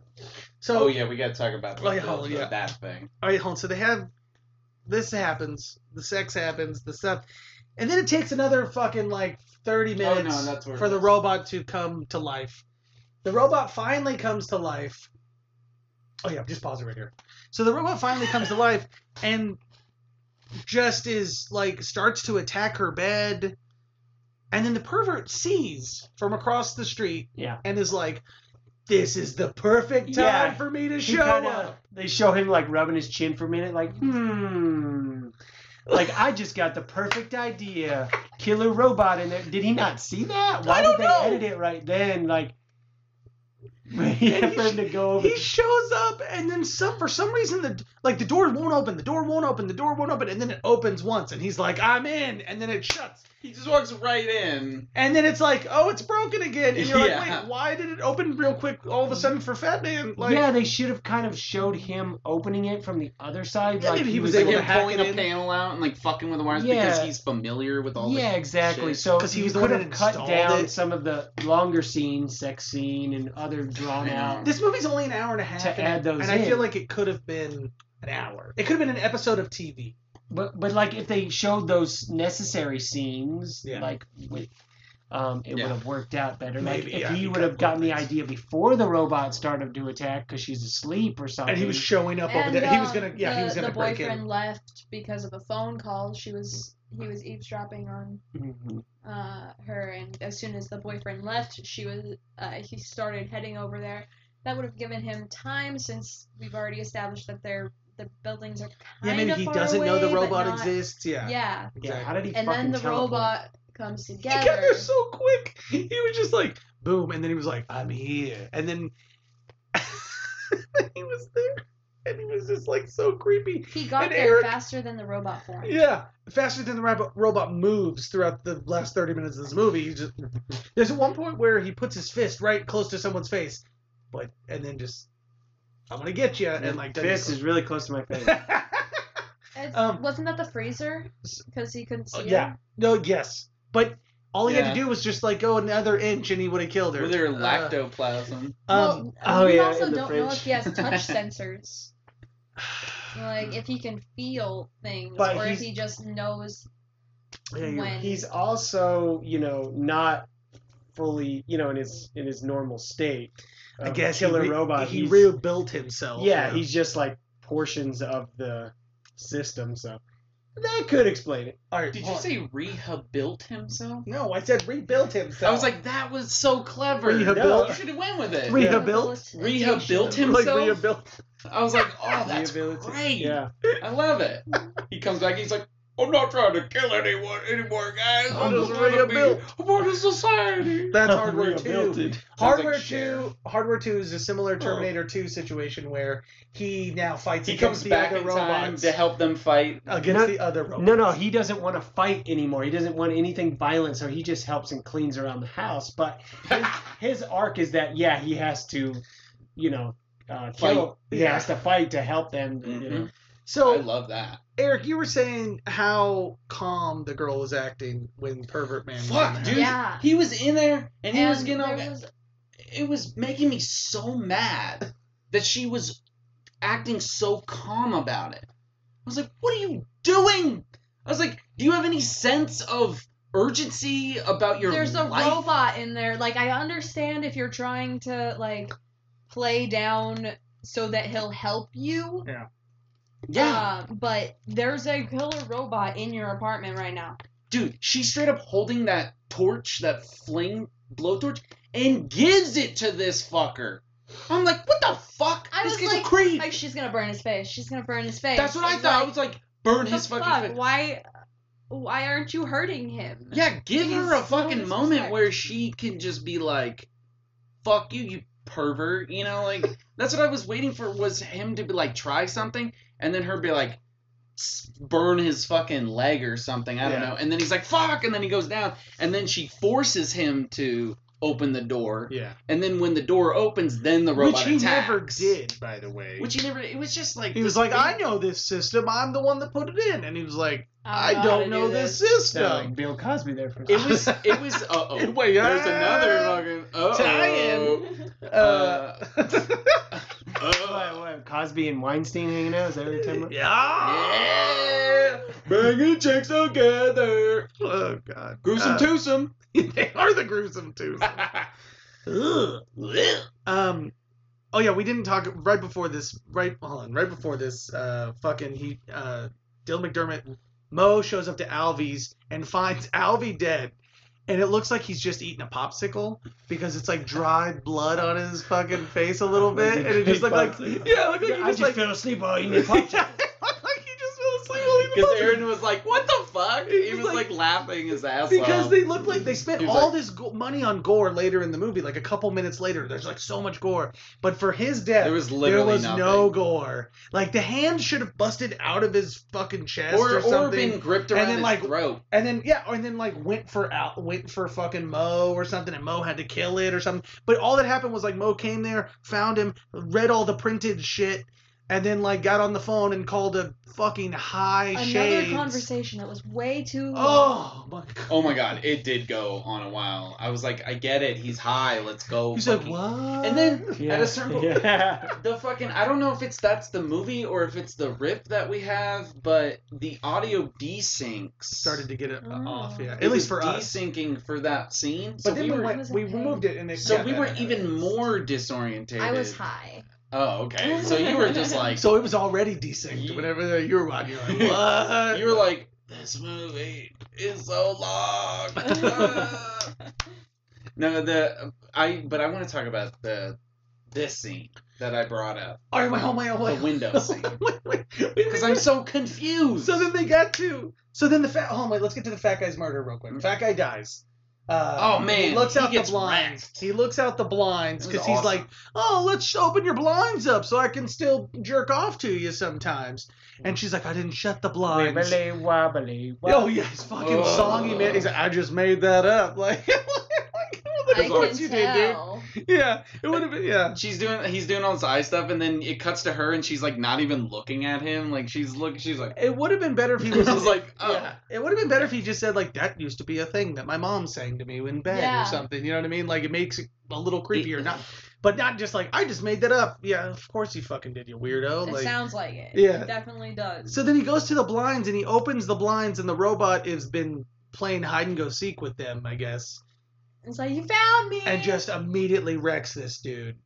so
oh yeah, we gotta talk about
Oh, yeah, oh, yeah.
that thing.
all right, hold on. So they have this happens, the sex happens, the stuff, and then it takes another fucking like thirty
Oh, no,
minutes
that's where it
for the
was.
robot to come to life. The robot finally comes to life. Oh yeah, just pause it right here. So the robot finally comes to life and just is like starts to attack her bed, and then the pervert sees from across the street
Yeah.
and is like, "This is the perfect time
Yeah.
for me to
He
show
kinda-
up."
They show him like rubbing his chin for a minute, like hmm. Like I just got the perfect idea. Killer robot in there. Did he not see that? Why
don't
did they
know.
edit it right then? Like yeah, for him to go over.
He shows up, and then some for some reason the like the door won't open, the door won't open, the door won't open, and then it opens once, and he's like, "I'm in," and then it shuts,
He just walks right in.
and then it's like, "Oh, it's broken again," and you're like,
Yeah.
"Wait, why did it open real quick all of a sudden for Fat Man?" Like,
yeah, they should have kind of showed him opening it from the other side.
Yeah,
like
maybe he was
It's like
able
him
to hack it
pulling a
in.
panel out and like fucking with the wires because
Yeah.
he's familiar with all.
yeah,
the
exactly.
shit.
So
'Cause he
he
was
was
the
could
one that
have cut
installed
down
it.
some of the longer scenes, sex scene, and other drawn
I know.
out.
this movie's only an hour and a half,
To
and,
add those
and I
in.
feel like it could have been an hour. It could have been an episode of TV.
But but like if they showed those necessary scenes,
Yeah.
like with. Um, it
Yeah.
would have worked out better.
Maybe,
like if
yeah,
he
you
would
got
have gotten the
points.
idea before the robot started to attack because she's asleep or something.
And he was showing up over
And,
there. he was
um,
gonna, yeah, he
the-
was gonna
The
break
boyfriend
in.
left because of a phone call. She was he was eavesdropping on
Mhm.
uh, her, and as soon as the boyfriend left, she was uh, he started heading over there. That would have given him time since we've already established that they're the buildings are
Yeah,
kind
maybe
of
he
far
doesn't know the
away, but
robot
not-
exists. Yeah,
Yeah,
Yeah, how did he?
and
fucking
then the
teleport?
robot comes
He got there
together.
so quick. He was just like, boom, and then he was like, I'm here. And then he was there. And he was just like so creepy.
He got
And
there
Eric-
faster than the robot formed.
Yeah. Faster than the robot, robot moves throughout the last 30 minutes of this movie. He just There's at one point where he puts his fist right close to someone's face, but and then just I'm gonna get you and like doesn't-
this is really close to my face.
It's-
Um,
wasn't that the freezer? Because he couldn't
Oh,
see.
yeah.
It?
no, yes, but all he had
Yeah.
to do was just like go another inch and he would have killed her.
With her
Uh,
lactoplasm.
um,
well,
oh,
we
yeah,
also
in the
don't know if
fridge.
he has touch sensors. Like if he can feel things,
But
or if
he's-
he just knows.
yeah, you're
when
he's also you know not fully you know in his in his normal state
I
of
guess
killer
Oh, he re-
robot
He
he's-
rebuilt himself.
yeah he's just like portions of the system so that could explain it
All right,
Did you
hold on.
say rehabilt himself?
No, I said rebuilt himself.
I was like, that was so clever.
Rehabil-
No.
You should have went with it.
Re-
Rehabilt
Rehabilitation.
him?
like
himself?
rebuilt.
I was like, oh, that's
Rehabilitate-
great.
yeah
I love it. He comes back. He's like, I'm not trying to kill anyone anymore, guys.
I'm
I'm just trying to be
rehabilt."
a part of society.
That's hardware two.
Rehabilited.
Hardware
like Cher.
two. Hardware two is a similar Terminator two situation where he now fights
He
against
comes
the
back
other
in time
robots
to help them fight.
against
No-
the other robots.
no no he doesn't want to fight anymore he doesn't want anything violent so he just helps and cleans around the house but his, his arc is that yeah he has to you know uh, kill, he
Yeah. Mm-hmm.
has to fight to help them you know
I
So
love that.
Eric, you were saying how calm the girl was acting when Pervert Man. was in
Fuck,
there.
dude.
Yeah.
He was in there and he was
And
getting all.
there was-
It was making me so mad that she was acting so calm about it. I was like, what are you doing? I was like, do you have any sense of urgency about your
there's a
life?
robot in there. Like I understand if you're trying to like play down so that he'll help you.
Yeah.
Um, but there's a killer robot in your apartment right now.
Dude, she's straight up holding that torch, that fling blowtorch and gives it to this fucker. I'm like, what the fuck?
I
this
was
kid's a creep.
Like she's gonna burn his face. She's gonna burn his face.
That's what I
It's
thought. I was like, burn
"What
his
the
fucking
fuck?
face.
Why? Why aren't you hurting him?
Yeah, give her a
Please, no
fucking moment
disrespect.
where she can just be like, "Fuck you, you pervert." You know, like that's what I was waiting for was him to be like try something, and then her be like, s- burn his fucking leg or something. I don't
Yeah.
know. And then he's like, "Fuck," and then he goes down, and then she forces him to open the door,
Yeah.
and then when the door opens, then the robot
Which he
attacks.
never did, by the way.
Which he never. It was just like
he was
this
like, I
big-
know this system. I'm the one that put it in. And he was like,
I
I
don't know Oh, how to
don't
do
know this
this.
Sounded
system.
like Bill Cosby there for a
It was. It was. Uh oh.
Wait,
There's
ah,
another fucking
tie-in.
tie-in.
Uh,
What, what, Cosby and Weinstein hanging out? Is that what you're talking about?
yeah.
Banging chicks together.
Oh, God.
Gruesome
Uh,
twosome.
they are the gruesome twos. Ugh. um oh yeah we didn't talk right before this right hold on right before this uh fucking he uh Dylan McDermott Mo shows up to Alvy's and finds Alvy dead and it looks like he's just eating a popsicle because it's like dried blood on his fucking face a little bit and it just looked like yeah it looked like he
I
just
just
like
fell asleep while eating
yeah,
a
it looked
popsicle.
like he just fell asleep while eating a
Because
popsicle.
Aaron was like, "What the fuck?" He
He's
was
like-
like laughing his ass off.
because they look like they spent
He's
all
like-
this go- money on gore later in the movie like a couple minutes later there's like so much gore but for his death
there was literally
there was
nothing.
no gore. Like the hand should have busted out of his fucking chest or,
or, or
something,
been gripped
And
around
then,
his
like,
throat.
and then yeah, and then like went for out, went for fucking Mo or something, and Mo had to kill it or something. But all that happened was like Mo came there, found him, read all the printed shit, and then like got on the phone and called a fucking high
Another
shades.
conversation that was way too. long.
Oh my god!
Oh my god, it did go on a while. I was like, "I get it. He's high. Let's go."
He's like
fucking-
what?
And then at a certain point,
Yeah.
the fucking I don't know if it's that's the movie or if it's the rip that we have, but the audio desyncs
started to get it
Oh.
off. Yeah, at
It
least for
was
us.
desyncing for that scene.
But
So
then
we
we,
were
went,
Wasn't
we
paying.
removed it, and it
so
got
we
better.
were even more disorientated.
I was high.
Oh, okay. So you were just like
So it was already desynced
Ye-
whenever you were watching. You're like, what?
you were like this movie is so long. Ah. no, the I but I want to talk about the this scene that I brought up
All right, wait, hold on,
the
wait, wait,
window scene
oh wait, wait, wait,
because
wait,
I'm so confused.
So then they got to. So then the fat. Hold on, wait. Let's get to the fat guy's murder real quick. Fat guy dies. Uh,
Oh, man,
He looks
he
out
gets
the blinds.
wrecked.
He looks out the blinds
That was
because he's
awesome.
like, "Oh, let's open your blinds up so I can still jerk off to you sometimes." And she's like, "I didn't shut the blinds."
Wibbly wobbly.
Oh
wobbly.
yeah, his fucking
Whoa.
song he made. He's like, "I just made that up." Like, like
I
what
can
the fuck you did, dude?
tell.
Yeah, it would have been. Yeah.
She's doing he's doing all this eye stuff and then it cuts to her and she's like not even looking at him. Like she's look she's like
It would have been better if he
I
was.
was like, oh
Yeah, it would have been better if he just said like that used to be a thing that my mom sang to me in bed
Yeah.
or something. You know what I mean? Like it makes it a little creepier, not, but not just like I just made that up. Yeah, of course you fucking did, you weirdo.
It
like,
sounds like it.
Yeah.
It definitely does.
so then he goes to the blinds and he opens the blinds and the robot has been playing hide and go seek with them, I guess,
it's like you found me.
and just immediately wrecks this dude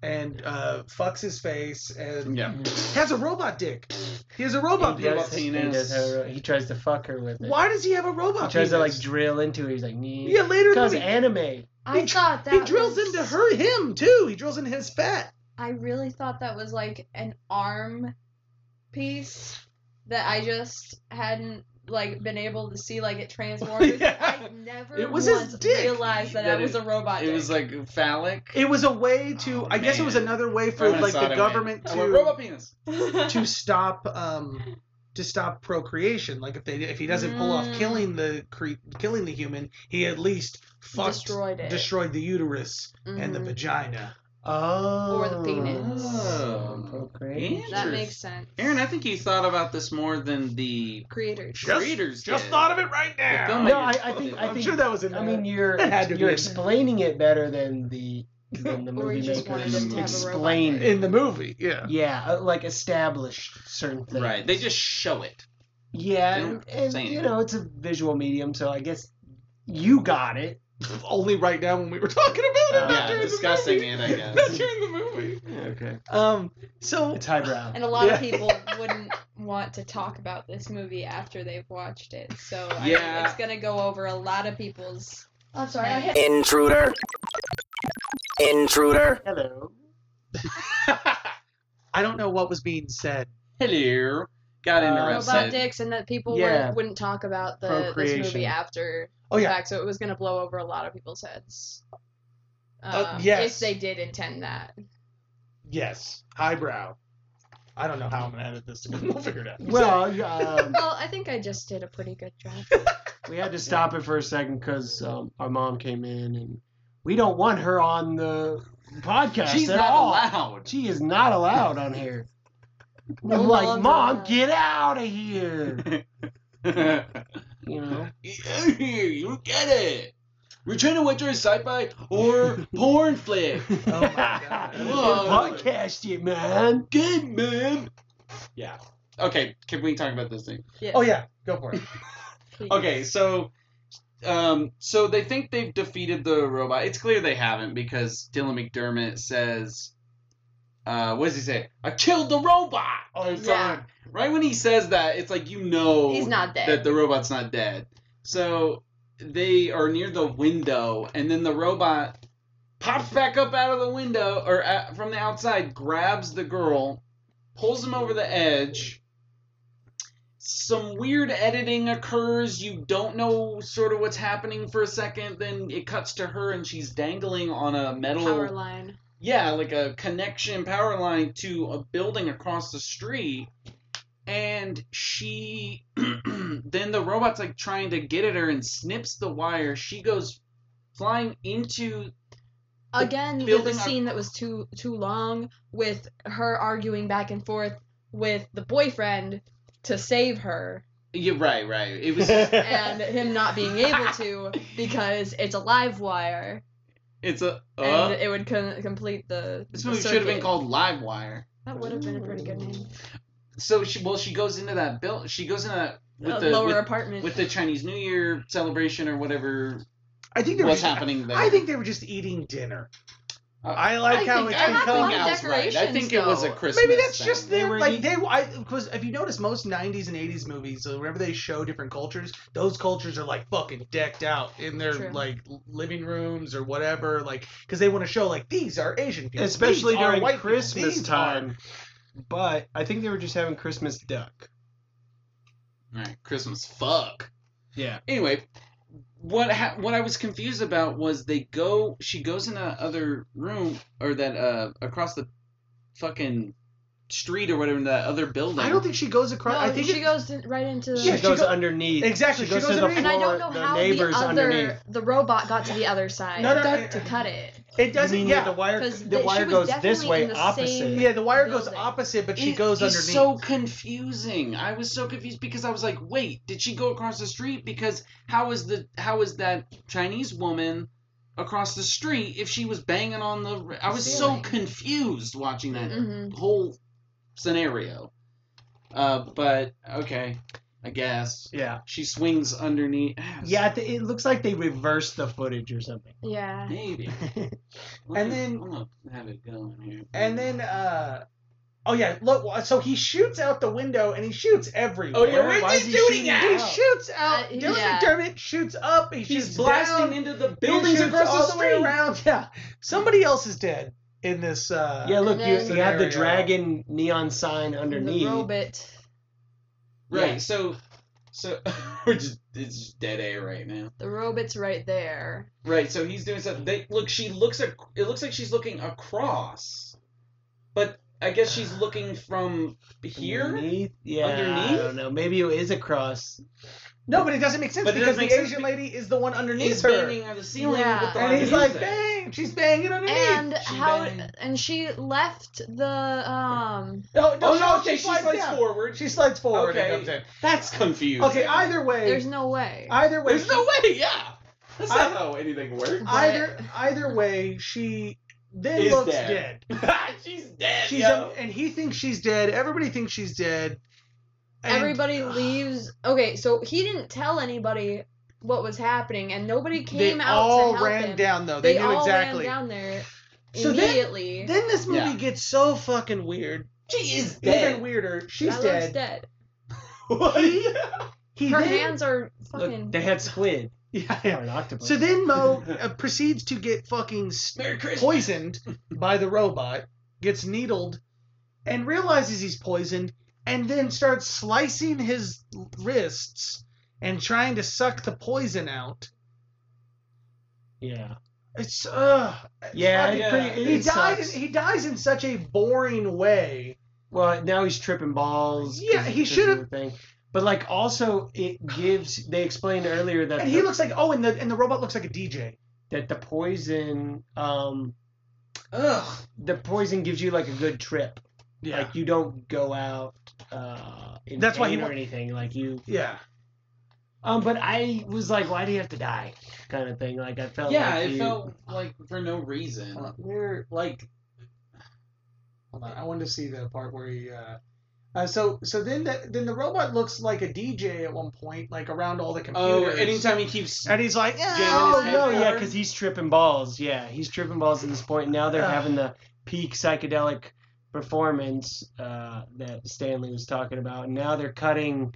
and uh, fucks his face and
yeah.
has a robot dick. He has a robot
He,
penis.
does, he, does have a- he tries to fuck her with it.
Why does he have a
He
robot?
tries to like
penis?
drill into it. He's like, nee.
yeah, later in the
Because
movie-
anime.
I
he dr-
thought that
he drills
was-
into her him too. He drills into his fat.
I really thought that was like an arm piece that I just hadn't like been able to see like it transformed.
Yeah.
I never
It was his
once
dick.
realized that,
That
it was
it-
a robot.
It
dick.
was like phallic.
It was a way to.
Oh,
I guess it was
man.
another way for
I went and
like
saw it, I
the
went,
government
I went,
to
robot penis.
to stop um to stop procreation. Like if they if he doesn't pull off
Mm.
killing the cre- killing the human, he at least fucked
destroyed it.
destroyed the uterus and the
Mhm.
vagina.
Oh.
Or the penis.
Oh.
Okay.
That
Sure.
makes sense.
Aaron, I think you thought about this more than the
creator.
Just-
creators
Just
did.
thought of it right
The
now.
filmmaker-
No, I, I think I
I'm
think
sure that was in.
I mean you're
That had to be
you're
in-
explaining it better than the than the
Or
movie
you just
makers
wanted
them to have a robot
explained.
in the movie, yeah.
Yeah, uh, like establish certain things.
Right. They just show it.
Yeah,
Yeah,
and, and,
same.
you know it's a visual medium, so I guess you got it.
Only right now when we were talking about it.
Uh,
not
yeah,
during the
discussing
movie.
it, I guess.
Not during the movie.
Okay.
Um. So
It's highbrow.
And a lot of
Yeah.
people wouldn't want to talk about this movie after they've watched it. So I mean,
Yeah.
it's gonna go over a lot of people's
I'm sorry. I hit.
Intruder. Intruder.
Hello.
I don't know what was being said.
Hello. Got
Uh,
Robot
interrupted.
dicks, and that people
Yeah.
wouldn't, wouldn't talk about the this
Procreation.
movie after
Oh
the
yeah,
fact, so it was going to blow over a lot of people's heads.
Uh,
Um,
yes.
If they did intend that.
yes, highbrow. I don't know how I'm gonna edit this. We'll figure it out.
Well, um,
Well, I think I just did a pretty good job.
Oh,
we had to stop it for a second because um, our mom came in, and we don't want her on the podcast
She's
at
not
all.
allowed.
She is not allowed on here. We're
No
like,
longer
mom,
allowed."
get out of here. You know.
you get it. We're trying to watch our sci-fi or porn flick.
Oh my God.
Whoa.
Podcast you, man.
Good man. Yeah. Okay. Can we talk about this thing?
Yeah.
Oh yeah, go for it.
please.
Okay. So, um, so they think they've defeated the robot. It's clear they haven't because Dylan McDermott says, uh, "What does he say? I killed the robot."
Oh,
It's
Yeah.
like- right when he says that, it's like you know
He's not dead.
that the robot's not dead. So they are near the window, and then the robot pops back up out of the window or uh, from the outside, grabs the girl, pulls him over the edge. Some weird editing occurs. You don't know sort of what's happening for a second. Then it cuts to her, and she's dangling on a metal
Power line.
yeah, like a connection power line to a building across the street. And she, then the robot's like trying to get at her and snips the wire. She goes flying into, The
Again, with a
building on-
scene that was too too long, with her arguing back and forth with the boyfriend to save her,
yeah, right, right. It was,
and him not being able to because it's a live wire,
it's a,
and
uh,
it would com- complete the.
this
the
movie should have been
circuit.
called Live Wire.
That would have been a pretty good name.
So she, well, she goes into that build, she goes into that with
Uh,
the,
lower
with,
apartment.
with the Chinese New Year celebration or whatever
I think there was.
was happening there.
I think they were just eating dinner.
Uh,
I like
I
how
think-
it's
I like
become.
the
Al's right. I think it was a
decorations, though.
Christmas.
Maybe that's just
thing.
They
their
were
like
eat-
they I because if you notice most '90s and '80s movies, uh, whenever they show different cultures, those cultures are like fucking decked out in their
True.
like l- living rooms or whatever, like because they want to show like these are Asian people,
Especially
these are
during
white people,
Christmas
these are-
time. But I think they were just having Christmas duck.
All right, Christmas. Fuck.
Yeah.
anyway, what ha- what I was confused about was they go. She goes in that other room or that uh across the fucking street or whatever in that other building.
I don't think she goes across.
No,
I think
she
it-
goes in- right into. the-
She
Yeah,
goes
go-
underneath.
Exactly,
She
she
goes,
goes
to the
underneath.
and I don't know
floor,
how
the neighbors
the other
underneath.
the robot got to the other side
No, no,
duck
no,
to
no.
cut it.
it
You
doesn't.
mean
Yeah,
The wire,
Because
the
she
wire
was
goes this
definitely
way,
in the
opposite.
same-
yeah. The wire goes
Building.
opposite, but she
It
goes
is
underneath.
so confusing. I was so confused because I was like, "Wait, did she go across the street? Because how is the how is that Chinese woman across the street if she was banging on the? I was so
Ceiling.
confused watching that
hmm
whole scenario. Uh, but okay, I guess
Yeah.
she swings underneath. Ah,
Yeah, it- it looks like they reversed the footage or something.
Yeah.
maybe.
And then-
I'm gonna have it going here.
And then, uh, oh yeah, look. So he shoots out the window, and he shoots everywhere.
oh yeah,
Where-
where's he
why is he
shooting
shooting
at?
He
out?
shoots out.
Uh,
Dylan
yeah.
McDermott shoots up. He
He's
shoots
blasting
down.
into the
He
buildings
shoots
across
all
the
the way
street.
around. Yeah, somebody else is dead in this. Uh,
Yeah, look, you,
then-
you have the
Scenario.
dragon neon sign underneath.
The robot.
Right.
Yeah.
So, so we're just it's just dead air right now.
The robot's right there.
Right. So he's doing something. They look. She looks. Ac- it looks like she's looking across, but I guess she's looking from here.
Underneath? Yeah. I
Underneath?
don't know. Maybe it is a cross.
No, but it doesn't make sense
But it
because
doesn't
the
make
Asian
sense be-
lady is the one underneath
He's
her,
banging on the ceiling
Yeah.
with the
and he's
loud
like,
music.
"Bang!" She's banging underneath.
And
she
how
banged.
and she left the um
oh
Oh no! Okay, she
slides,
slides
down.
forward.
She slides forward.
Okay.
And comes in.
That's confusing.
Okay. Either way.
there's no way.
either way.
There's no way. Yeah. That's
I-
not how anything works.
Either either way, she then
Is
looks
dead.
dead.
she's dead.
She's
yo.
um, and he thinks she's dead. Everybody thinks she's dead. And
Everybody leaves. Okay, so he didn't tell anybody what was happening and nobody came
they
out
all
to help
ran
him.
down though. They, knew
all
exactly.
ran down there
So then-
immediately.
Then this movie
Yeah.
gets so fucking weird.
she is
Even
dead.
weirder. She's
That
dead.
looks dead.
What?
He
Her
then,
hands are
Look,
fucking
they had squid.
Yeah,
Or
yeah.
an octopus.
So then Mo uh, proceeds to get fucking s-
Merry Christmas.
poisoned by the robot, gets needled, and realizes he's poisoned, and then starts slicing his wrists and trying to suck the poison out.
yeah.
It's uh
Yeah,
fucking
it-
yeah.
pretty- it-
he
it
dies
sucks.
he dies in such a boring way.
Well, now he's tripping balls. 'cause-
Yeah, he
because of
should've-
the Thing. But like, also, it gives. They explained earlier that
And he
the-
looks like oh and the and the robot looks like a DJ.
that the poison, um,
Ugh.
the poison gives you like a good trip. Like you don't go out. Uh, in
That's why he
pain or
wa-
anything like you.
yeah.
Um, but I was like, why do you have to die? Kind of thing. Like I felt.
Yeah,
like
it
you-
felt like for no reason.
Hold on.
We're like
Hold on, I wanted to see the part where he. Uh, uh, so so then the then the robot looks like a DJ at one point, like around all the
oh,
computers.
anytime he keeps
And he's like,
Jamming his
oh
head
no,
Oh yeah,
Or-
because he's tripping balls. Yeah, he's tripping balls at this point. Now they're
Ugh.
having the peak psychedelic performance uh, that Stanley was talking about. And now they're cutting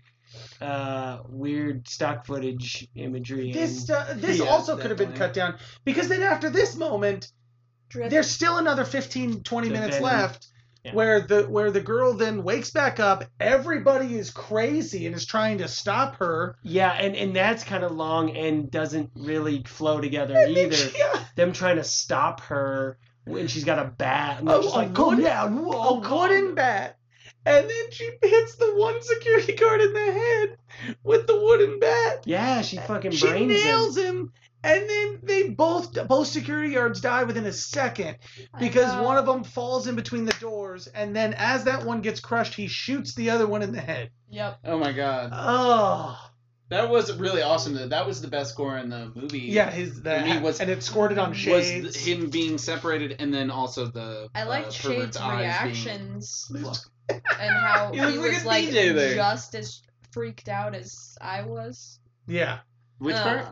uh, weird stock footage imagery.
This
And,
uh, this
Yeah,
also could have been
definitely.
cut down because then after this moment,
Drip.
there's still another 15, 20
The
minutes
venom.
left
Yeah.
where the where the girl then wakes back up. Everybody is crazy and is trying to stop her.
yeah, and, and that's kind of long and doesn't really flow together
And then
either.
she- yeah,
Them trying to stop her when she's got a bat. And
Oh,
they're just
a
like, come
wood-
down,
a
whoa, calm
wooden
down."
bat. And then she hits the one security guard in the head with the wooden bat.
Yeah, she fucking
she
brains him.
nails him. and then they both both security guards die within a second because one of them falls in between the doors, and then as that one gets crushed, he shoots the other one in the head.
Yep.
Oh my god.
Oh,
That was really awesome. though. That was the best score in the movie.
yeah, his that
And he was-
and it squirted on
was
shades.
th- him being separated and then also the
I
uh,
liked
pervert's
Shade's
eyes being-
reactions and how
He looks
he,
like
was
a
like
DJ there.
just as freaked out as I was.
yeah,
Which
Uh,
part?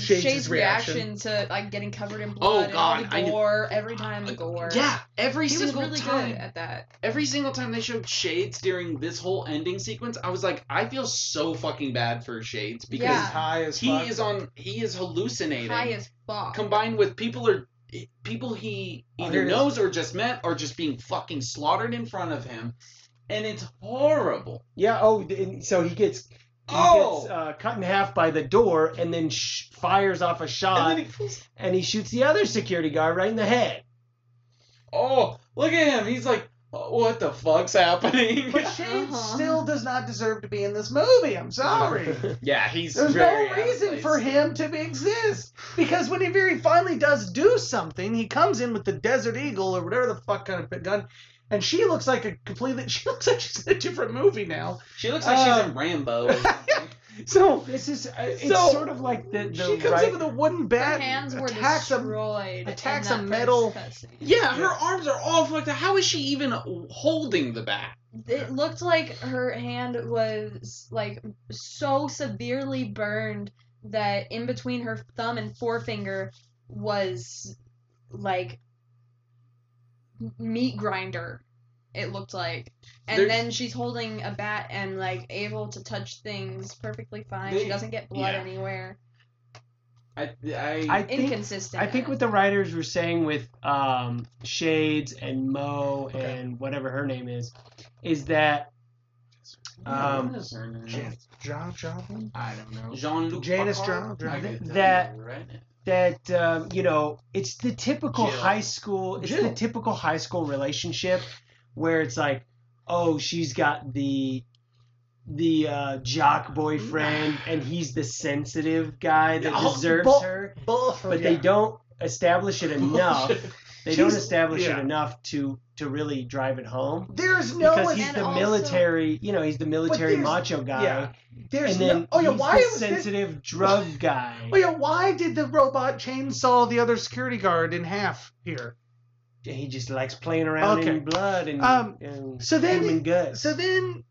shades,
Shade's
reaction.
reaction to like getting covered in
God,
blood and all
I
the
knew-
gore every time the gore.
Yeah, every
he was
single
really
time.
good at that.
Every single time they showed Shades during this whole ending sequence, I was like, I feel so fucking bad for Shades because
He's
Yeah.
high as
he
fuck.
is on he is hallucinating.
High as fuck.
combined with people are people he
Oh,
either
here it is.
knows or just met are just being fucking slaughtered in front of him, and it's horrible.
Yeah. Oh, and so he gets he
Oh!
gets uh, cut in half by the door, and then sh- fires off a shot,
And
and,
then he,
he shoots the other security guard right in the head.
oh, look at him! He's like, "Oh, what the fuck's happening?
but Shade
Uh-huh.
still does not deserve to be in this movie. I'm sorry.
yeah, he's
There's
very
no
out of
reason
place.
for him to be- exist because when he very finally does do something, he comes in with the Desert Eagle or whatever the fuck kind of gun, and she looks like a completely. She looks like she's in a different movie now.
She looks like she's in Rambo. or something.
So
this is uh, it's
So,
sort of like the, the
she comes
right-
in with a wooden
Her
bat,
hands were
attacks him.
destroyed. in
attacks a
that
metal-
first cutscene.
yeah, her arms are all fucked. up. How is she even holding the bat?
It looked like her hand was like so severely burned that in between her thumb and forefinger was like meat grinder. It looked like, and
There's-
then she's holding a bat and like able to touch things perfectly fine.
They-
she doesn't get blood
yeah.
anywhere.
I, I,
I think
Inconsistent.
I think what the writers were saying with um, Shades and Mo and whatever her name is, is that Um,
What is her name?
Jan- John Joplin?
I don't know
Jean-Luc
Janice
Picard?
Joplin.
I could tell
That-
you right now.
that um, you know it's the typical
Jill.
high school it's the
Jill.
typical high school relationship where it's like oh she's got the the uh, jock boyfriend and he's the sensitive guy that
Oh,
deserves
bull-
her
Bull-
but they
yeah. Oh,
don't establish it enough they don't
She's-
establish
yeah.
it enough to to really drive it home
There's no
because he's
and
the
also-
military you know he's the military
there's-
macho guy
yeah. There's
and then
no, oh yeah,
he's
why
the
was this?
sensitive drug guy
Oh yeah, why did the robot chainsaw the other security guard in half here?
he just likes playing around
Okay.
in blood and,
Um,
and
so then-
human guts.
So then,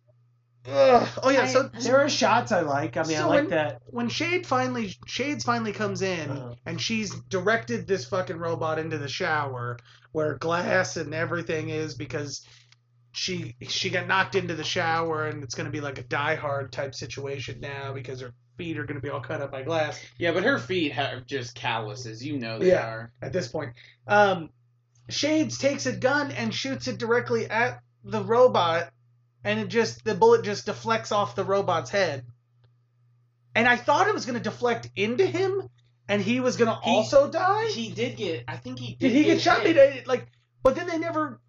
ugh, oh yeah,
I-
so
there are shots I like. I mean, I
So
like
when-
that.
when Shade finally Shades finally comes in
Uh-huh.
and she's directed this fucking robot into the shower where glass and everything is because she she got knocked into the shower and it's gonna be like a die hard type situation now because her feet are going to be all cut up by glass
Yeah, but her feet have just calluses. You know they
Yeah.
are.
at this point. Um, Shades takes a gun and shoots it directly at the robot, and it just the bullet just deflects off the robot's head. And I thought it was going to deflect into him, and he was going to
He-
also die.
He did get. I think he did.
Did he get shot? They
hit.
did, like, but then they never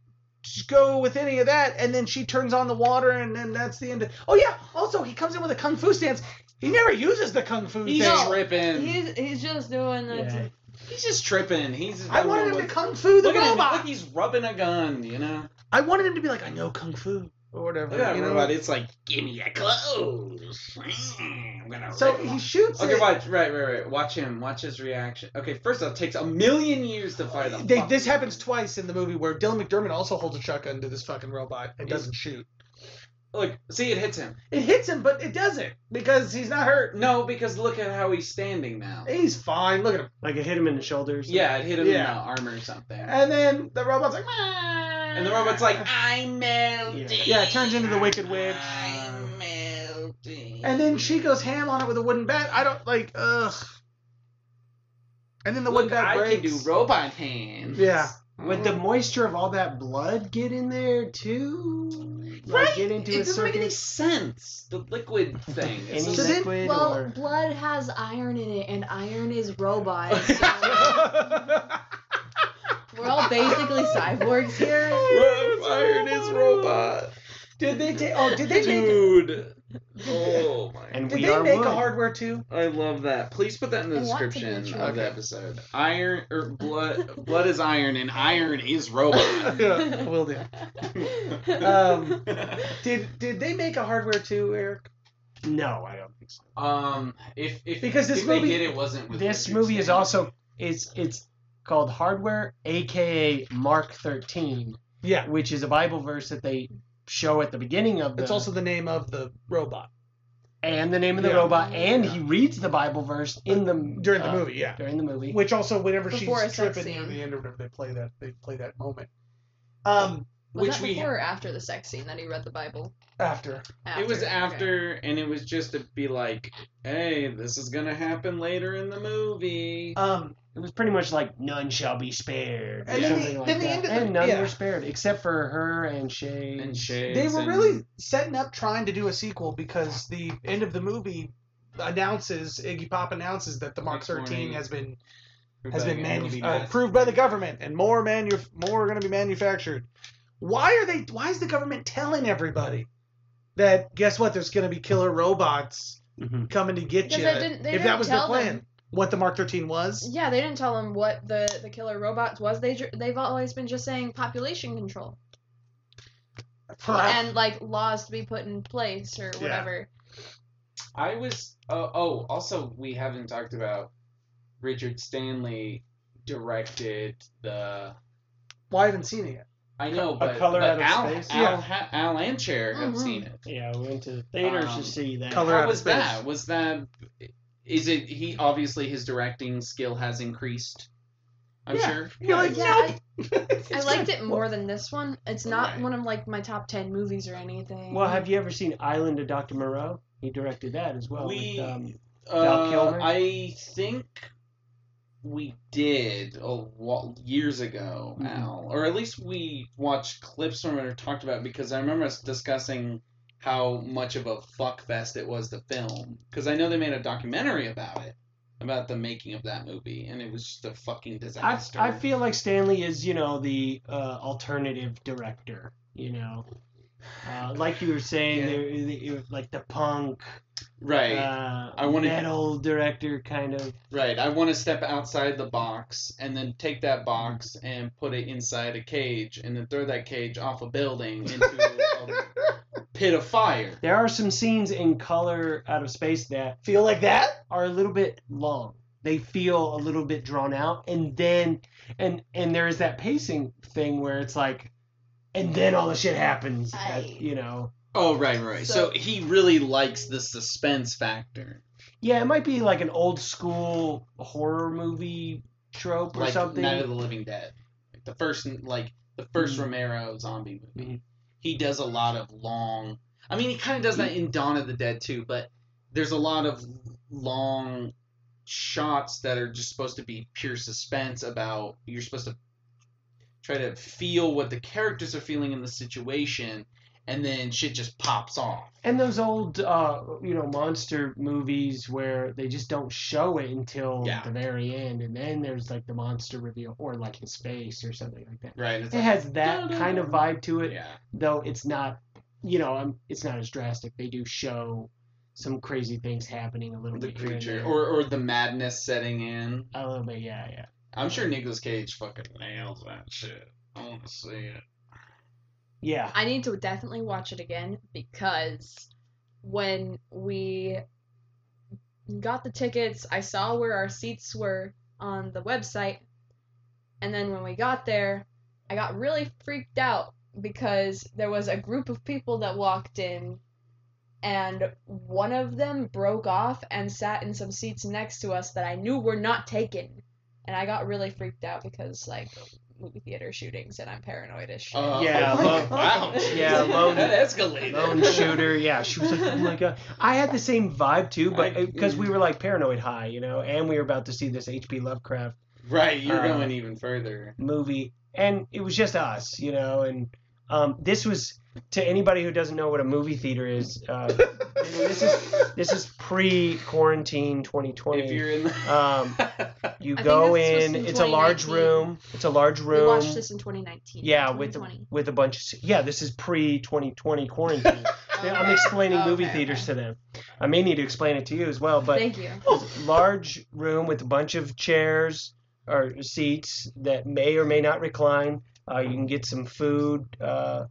go with any of that. And then she turns on the water, and then that's the end. Of, oh yeah. Also, he comes in with a kung fu stance. He never uses the kung fu.
He's
thing.
No.
tripping.
He's he's just doing the
Yeah.
He's just tripping. He's.
I wanted him to kung fu the
Look at him.
robot.
Look, he's rubbing a gun. You know.
I wanted him to be like, I know kung fu or whatever.
Look at
Uh, you
that
know?
robot. It's like, give me your clothes. I'm gonna
So
rip 'em
he
off."
shoots
Okay,
it.
watch. Right, right, right. Watch him. Watch his reaction. Okay, first off, it takes a million years to fight him.
They, this happens twice in the movie where Dylan McDermott also holds a shotgun to this fucking robot and
Yeah.
doesn't shoot.
Look, see, it hits him.
It hits him, but it doesn't because he's not hurt.
No, because look at how he's standing now.
He's fine. Look at him.
Like it hit him in the shoulders.
Yeah, it hit him
Yeah. Uh,
in the arm or something.
And then the robot's like,
And the robot's like, I'm melting.
Yeah, it turns into the Wicked Witch.
I'm melting.
And then she goes ham on it with a wooden bat. I don't like. Ugh. And then the
look,
wooden bat
I
breaks.
can do robot hands.
Yeah.
Would the moisture of all that blood get in there too? Like,
Right?
Get into
it
a
doesn't make any
circus.
sense. The liquid thing. It's
Any
So
just-
then-
liquid
Well,
or
blood has iron in it, and iron is robot. So we're all basically cyborgs here.
Iron is robot.
Did they take? Oh, did they make?
Dude. Oh my.
and
Did
we
they
are
make
wood.
a hardware too?
I love that. Please put that in the
I want to be
description
true.
of the episode. Iron or blood blood is iron and iron is robot.
yeah, will do. Um, Did did they make a hardware too, Eric?
No, I don't think so.
um if if
Because this
if
movie-
they did, it wasn't with
This
Richard
movie is
Stanley.
also it's it's called Hardware, aka Mark thirteen,
Yeah.
which is a Bible verse that they show at the beginning of the
It's also the name of the robot
and the name of the
Yeah.
robot, and
Yeah.
he reads the Bible verse in the
during the
uh,
movie. Yeah.
During the movie,
Which also, whenever
Oh. Before a
she's
sex
tripping near
scene.
the end or whatever, they play that. They play that moment. Um,
Was
Which
that
we-
before or after the sex scene that he read the Bible?
after.
After.
It was
okay.
after and it was just to be like, hey, this is gonna happen later in the movie.
Um,
it was pretty much like none shall be spared, or
And
then
something
the-
like
then the
that.
end of the-
and none
yeah.
were spared except for her and Shay.
and shades
they were
and-
really setting up trying to do a sequel because the end of the movie announces Iggy Pop announces that the Mark
Next
13
morning.
has been has been
Like, it'll
manu-
be
uh,
mass-
approved by the government and more manu- more are going to be manufactured. Why are they why is the government telling everybody that guess what there's going to be killer robots
Mm-hmm.
Mhm.
coming to get
Because
you?
they didn't- they
if
didn't
that was their
tell
plan,
them.
what the Mark 13 was?
Yeah, they didn't tell him what the, the killer robots was. They ju- they've always been just saying population control and like laws to be put in place or
Yeah.
whatever.
I was. Oh, oh, also, we haven't talked about Richard Stanley directed the.
Well, I haven't seen it yet.
I know,
A
but,
Color
but
Out of
Al,
Space?
Al,
Yeah.
Ha- Al and Cher have
Mhm.
seen it.
Yeah, we went to the theaters
Um,
to see that.
Color Out
How
of
was
Space.
that? Was that? Is it? He obviously his directing skill has increased. I'm
Yeah.
sure.
You're like,
yeah,
nope.
I-
It's
I
good.
liked it more than this one. It's not
Right.
one of like my top ten movies or anything.
Well, have you ever seen Island of Dr. Moreau? He directed that as well.
We-
with, um,
Uh,
Kilmer?
I think we did a wa- years ago,
Mhm.
Al, or at least we watched clips from it or talked about it because I remember us discussing how much of a fuck fest it was to film because I know they made a documentary about it, about the making of that movie, and it was just a fucking
I,
disaster.
I feel like Stanley is, you know, the uh, alternative director. You know, uh, like you were saying,
Yeah.
there, the- like the punk,
right,
uh,
I wanna-
metal director kind of.
right. I want to step outside the box and then take that box and put it inside a cage and then throw that cage off a building into a pit of fire.
There are some scenes in Color Out of Space that
Feel like that?
are a little bit long. They feel a little bit drawn out, and then and and there is that pacing thing where it's like, and then all the shit happens. uh,
I-
you know.
Oh right, right. So,
So-
he really likes the suspense factor,
Yeah, it might be like an old school horror movie trope or
like
something.
Night of the Living Dead, like the first, like the 1st
Mhm.
Romero zombie movie.
Mhm.
He does a lot of long. I mean, he kind of does that in Dawn of the Dead too, but there's a lot of long shots that are just supposed to be pure suspense about you're supposed to try to feel what the characters are feeling in the situation and then shit just pops off
And those old, uh, you know, monster movies where they just don't show it until
Yeah.
the very end, and then there's like the monster reveal, or like in space or something like that.
right it's
It
like,
has that kind of vibe to it,
yeah
though it's not, you know, um, it's not as drastic. They do show some crazy things happening a little
the
bit. here and
creature
there.
or, or the madness setting in
a little bit, yeah, yeah.
i'm sure Nicolas cage fucking nails that shit i want to see it
Yeah.
I need to definitely watch it again because when we got the tickets, I saw where our seats were on the website. And then when we got there, I got really freaked out because there was a group of people that walked in and one of them broke off and sat in some seats next to us that I knew were not taken. And I got really freaked out because like movie theater shootings and I'm paranoid as shit.
Uh,
Yeah,
oh,
lone-
wow
yeah, lone-
that escalated
Lone shooter, yeah. She was like, "Oh my god!" I had the same vibe too, but
I-
because we were like paranoid high, you know, and we were about to see this H.P. Lovecraft
right you're
Uh,
going even further
movie and it was just us you know and um, this was to anybody who doesn't know what a movie theater is uh, this is this is pre-quarantine
if
2020
you're in the
um, you
I think
go
this was
in
in
it's a large
2019.
room it's a large
We
room
watched this in 2019.
yeah with
2020.
with a bunch of s- yeah this is pre-2020 quarantine Yeah, i'm explaining movie
Oh, Okay,
theaters
okay.
to them i may need to explain it to you as well but
Thank you.
large room with a bunch of chairs or seats that may or may not recline. Uh, you can get some food uh,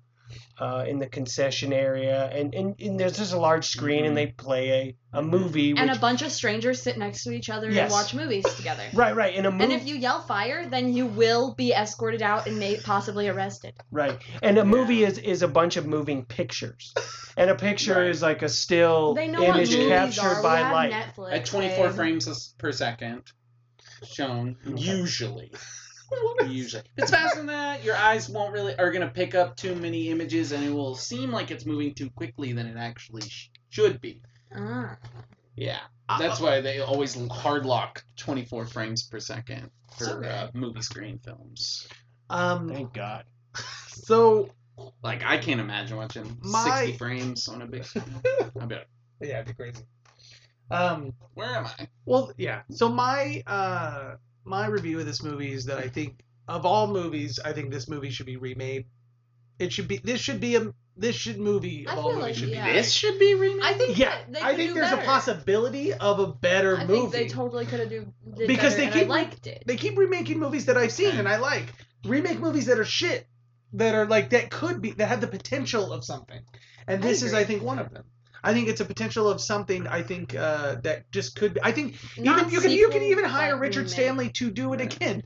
uh, in the concession area, and, and, and there's just a large screen, and
Mm-hmm.
they play a, a movie. Which,
And a bunch of strangers sit next to each other
Yes.
and watch movies together.
right, right, in a movie.
And if you yell fire, then you will be escorted out and may possibly arrested.
right, and a movie is is a bunch of moving pictures, and a picture
Right.
is like a still
They know what
image
movies
captured
are. we
by
have
light.
Netflix.
at 24
babe.
frames s- per second shown
Okay.
usually usually if it's faster than that your eyes won't really are going to pick up too many images and it will seem like it's moving too quickly than it actually sh- should be
Ah.
yeah that's why they always hard lock 24 frames per second for
Okay.
uh, movie screen films
Um,
Thank God.
so
like i can't imagine watching
My-
60 frames on a big screen i'd be like
yeah, it'd be crazy. Um,
where am i
Well, yeah. So my uh my review of this movie is that I think of all movies, I think this movie should be remade. It should be this should be a this should movie
I
of all
feel
movies
like,
should
yeah.
be
this should be remade
I think
Yeah,
that they
I
could
think
do
there's
better.
a possibility of a better
I
movie.
think they totally could have do did
Because
better,
they
and
keep-
I liked it.
they keep remaking movies that I've seen and I like. Remake movies that are shit, that are like that could be that have the potential of something, and
I
this is
agree.
I think one of them. I think it's a potential of something. I think uh, that just could. Be, I think
Not
even you can you can
sequel,
even hire
but
Richard
remake.
Stanley to do it again.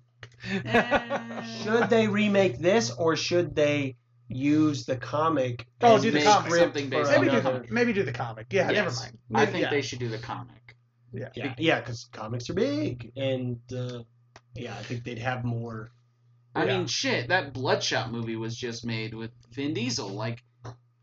Uh,
Should they remake this, or should they use the comic?
Oh,
as
do the
script
comic.
Something
for
based on
Maybe do,
another-
the, maybe do the comic. Yeah,
Yes.
never mind.
I
Maybe-
think
yeah.
they should do the comic.
Yeah, yeah, because comics are big, and uh, yeah, I think they'd have more.
I
Yeah.
mean, shit, that Bloodshot movie was just made with Vin Diesel. Like,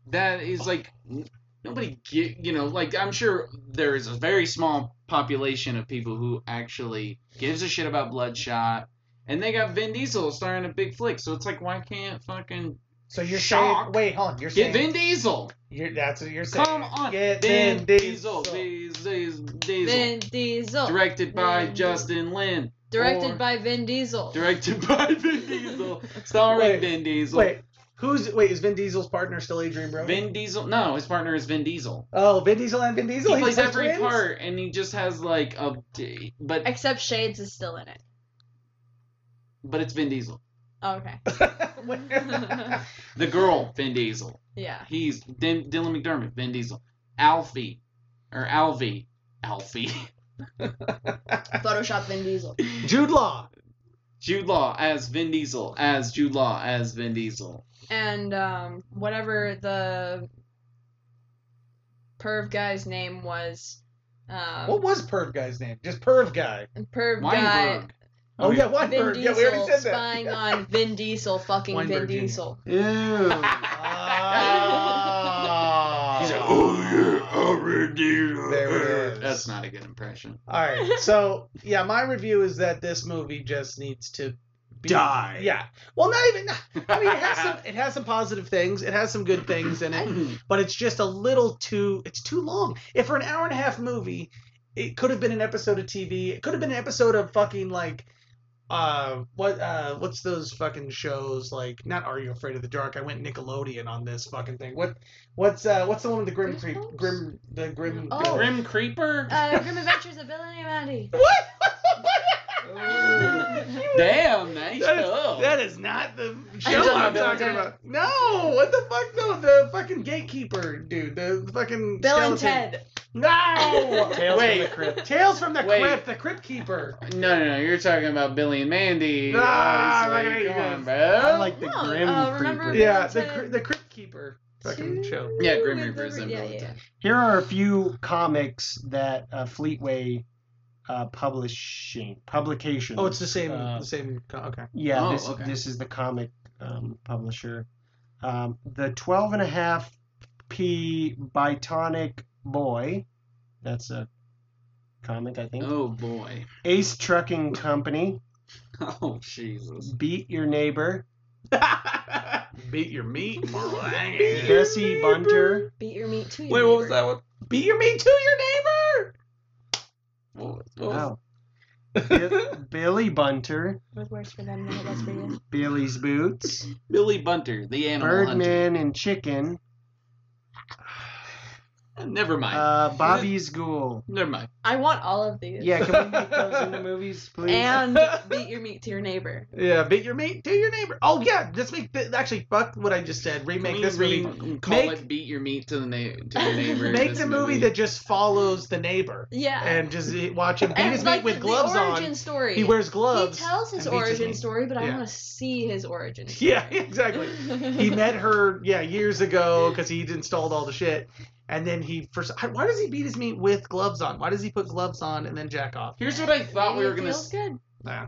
that is like n- nobody get, you know, like I'm sure there is a very small population of people who actually gives a shit about Bloodshot, and they got Vin Diesel starring in a big flick. So it's like, why can't fucking
So you're saying
Shock.
wait, hold on. You're saying
get Vin Diesel?
you're, that's what you're saying.
Come on,
Get Vin
Vin, Diesel,
Diesel.
Diesel, Diesel,
Vin Diesel,
directed by
Vin Diesel.
Justin Lin,
directed
or-
by Vin Diesel.
directed by Vin Diesel, starring
Wait,
Vin Diesel.
Wait, who's wait? Is Vin Diesel's partner still Adrian Brody?
Vin Diesel. No, his partner is Vin Diesel.
Oh, Vin Diesel and Vin Diesel.
he
He's
plays
like
every
twins?
part, and he just has like a. d- But
Except Shades is still in it.
but it's Vin Diesel.
Oh, okay.
Where-
The girl, Vin Diesel.
Yeah.
He's Din- Dylan McDermott, Vin Diesel. Alfie, or Alfie, Alfie.
Photoshop Vin Diesel.
Jude Law.
Jude Law as Vin Diesel, as Jude Law as Vin Diesel.
and um, whatever the perv guy's name was, um,
What was Perv guy's name? Just Perv guy.
perv guy
Weinberg.
Oh,
Oh,
yeah,
Vin
Weinberg. Yeah, we
Diesel
already said that.
spying on Vin Diesel, fucking
Weinberg Jr.
Vin Diesel.
Ew.
Ah.
He's like, oh yeah, I'm Vin Diesel.
There we
That's not a good impression.
All right. So yeah, my review is that this movie just needs to be,
Die.
Yeah. Well, not even. I mean, it has some. It has some positive things. It has some good things in it, but it's just a little too. It's too long. If for an hour and a half movie, it could have been an episode of TV. It could have been an episode of fucking like. Uh, what uh, what's those fucking shows like? Not Are You Afraid of the Dark? I went Nickelodeon on this fucking thing. What what's uh what's the one with the grim creep?
Goosebumps?
Grim the grim.
Oh.
the grim-
Grim Creeper.
Uh, Grim Adventures of Bill and Mandy.
What?
Damn, nice
That
job.
is, that is not the show
don't
I'm
know
talking
that.
about. No, what the fuck? No, the fucking gatekeeper dude. The fucking
Bill and
skeleton.
Ted.
No,
Tales
Wait.
from the Crypt.
Tales from the
Wait.
Crypt. The Crypt Keeper.
No, no, no. You're talking about Billy and Mandy.
Ah,
obviously.
right,
Come on,
yes.
bro.
I like the
No,
Grim
uh, remember-
Creeper.
Yeah, the
Ted.
Cry- the Crypt Keeper. Fucking
Two
show.
Yeah, Grim
and
Reaper is
Grim-
in
yeah,
Bill and
yeah.
Ted.
Here are a few comics that uh, Fleetway uh, publishing publication.
Oh, it's the same.
Uh,
the same. co- Okay.
Yeah,
Oh,
this,
okay.
this is the comic um, publisher. Um, the 12 and a half P Bitonic Boy. That's a comic, I think.
Oh boy.
Ace Trucking Company.
Oh Jesus.
Beat Your Neighbor.
Beat your meat,
Beat
Marlene.
your
Bessie
neighbor.
Bunter.
Beat your meat too.
Wait, what was that one?
Beat your meat to your neighbor.
What was- what was-
Wow. Bi- Billy Bunter.
What's worse for them than it was for you?
Billy's Boots.
Billy Bunter, the animal hunter.
Birdman and Chicken.
Never mind.
Uh, Bobby's Ghoul.
Never mind.
I want all of these.
Yeah, can we make those into movies, please?
And beat your meat to your neighbor.
Yeah, beat your meat to your neighbor. Oh yeah, just make th- actually fuck what I just said.
Can
Remake
we
this
re-
movie.
Call
Make-
it "Beat Your Meat to the Na- to the Neighbor."
Make
this
the movie that just follows the neighbor.
Yeah.
and just e, eat- watch him beat
And,
his
like,
meat with
the-
gloves
the origin
on.
story.
He wears
He
gloves.
tells his
and beats his
origin
meat.
story, but I
Yeah.
want to see his origin. story.
Yeah, exactly. He met her, yeah, years ago because he'd installed all the shit, and then he first. Why does he beat his meat with gloves on? Why does he put gloves on and then jack off?
Here's what I thought we
Maybe
were
it
gonna.
feels good.
Nah.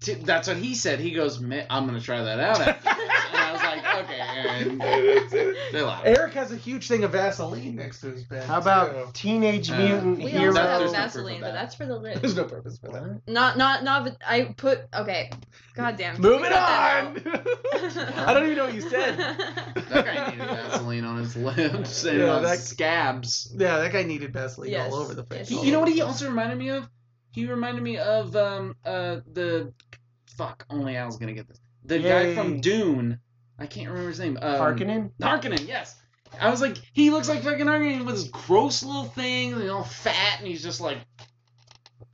T- that's what he said. He goes, "Ma- "I'm gonna try that out." after this." and I was like, "Okay, Aaron, chill out."
Eric has a huge thing of Vaseline next to his bed.
How
too.
about Teenage
Uh,
Mutant
We
Hero?
also
That-
have
there's no proof
Vaseline,
of
but
that.
that's for the lid.
There's no purpose for that.
Not, not, not. But I put okay. Goddamn. can we
Moving
cut that out?
on. I don't even know what you said.
That guy needed Vaseline on his lips and
Yeah,
on
that-
scabs.
Yeah, that guy needed Vaseline
Yes,
all over the place.
yes.
He- you know what he also reminded me of? He reminded me of um uh the fuck. Only Al's gonna get this. The guy
Yay.
from Dune. I can't remember his name. Um,
Harkonnen?
Harkonnen, yes. I was like, he looks like fucking Harkonnen with this gross little thing, and he's all fat, and he's just like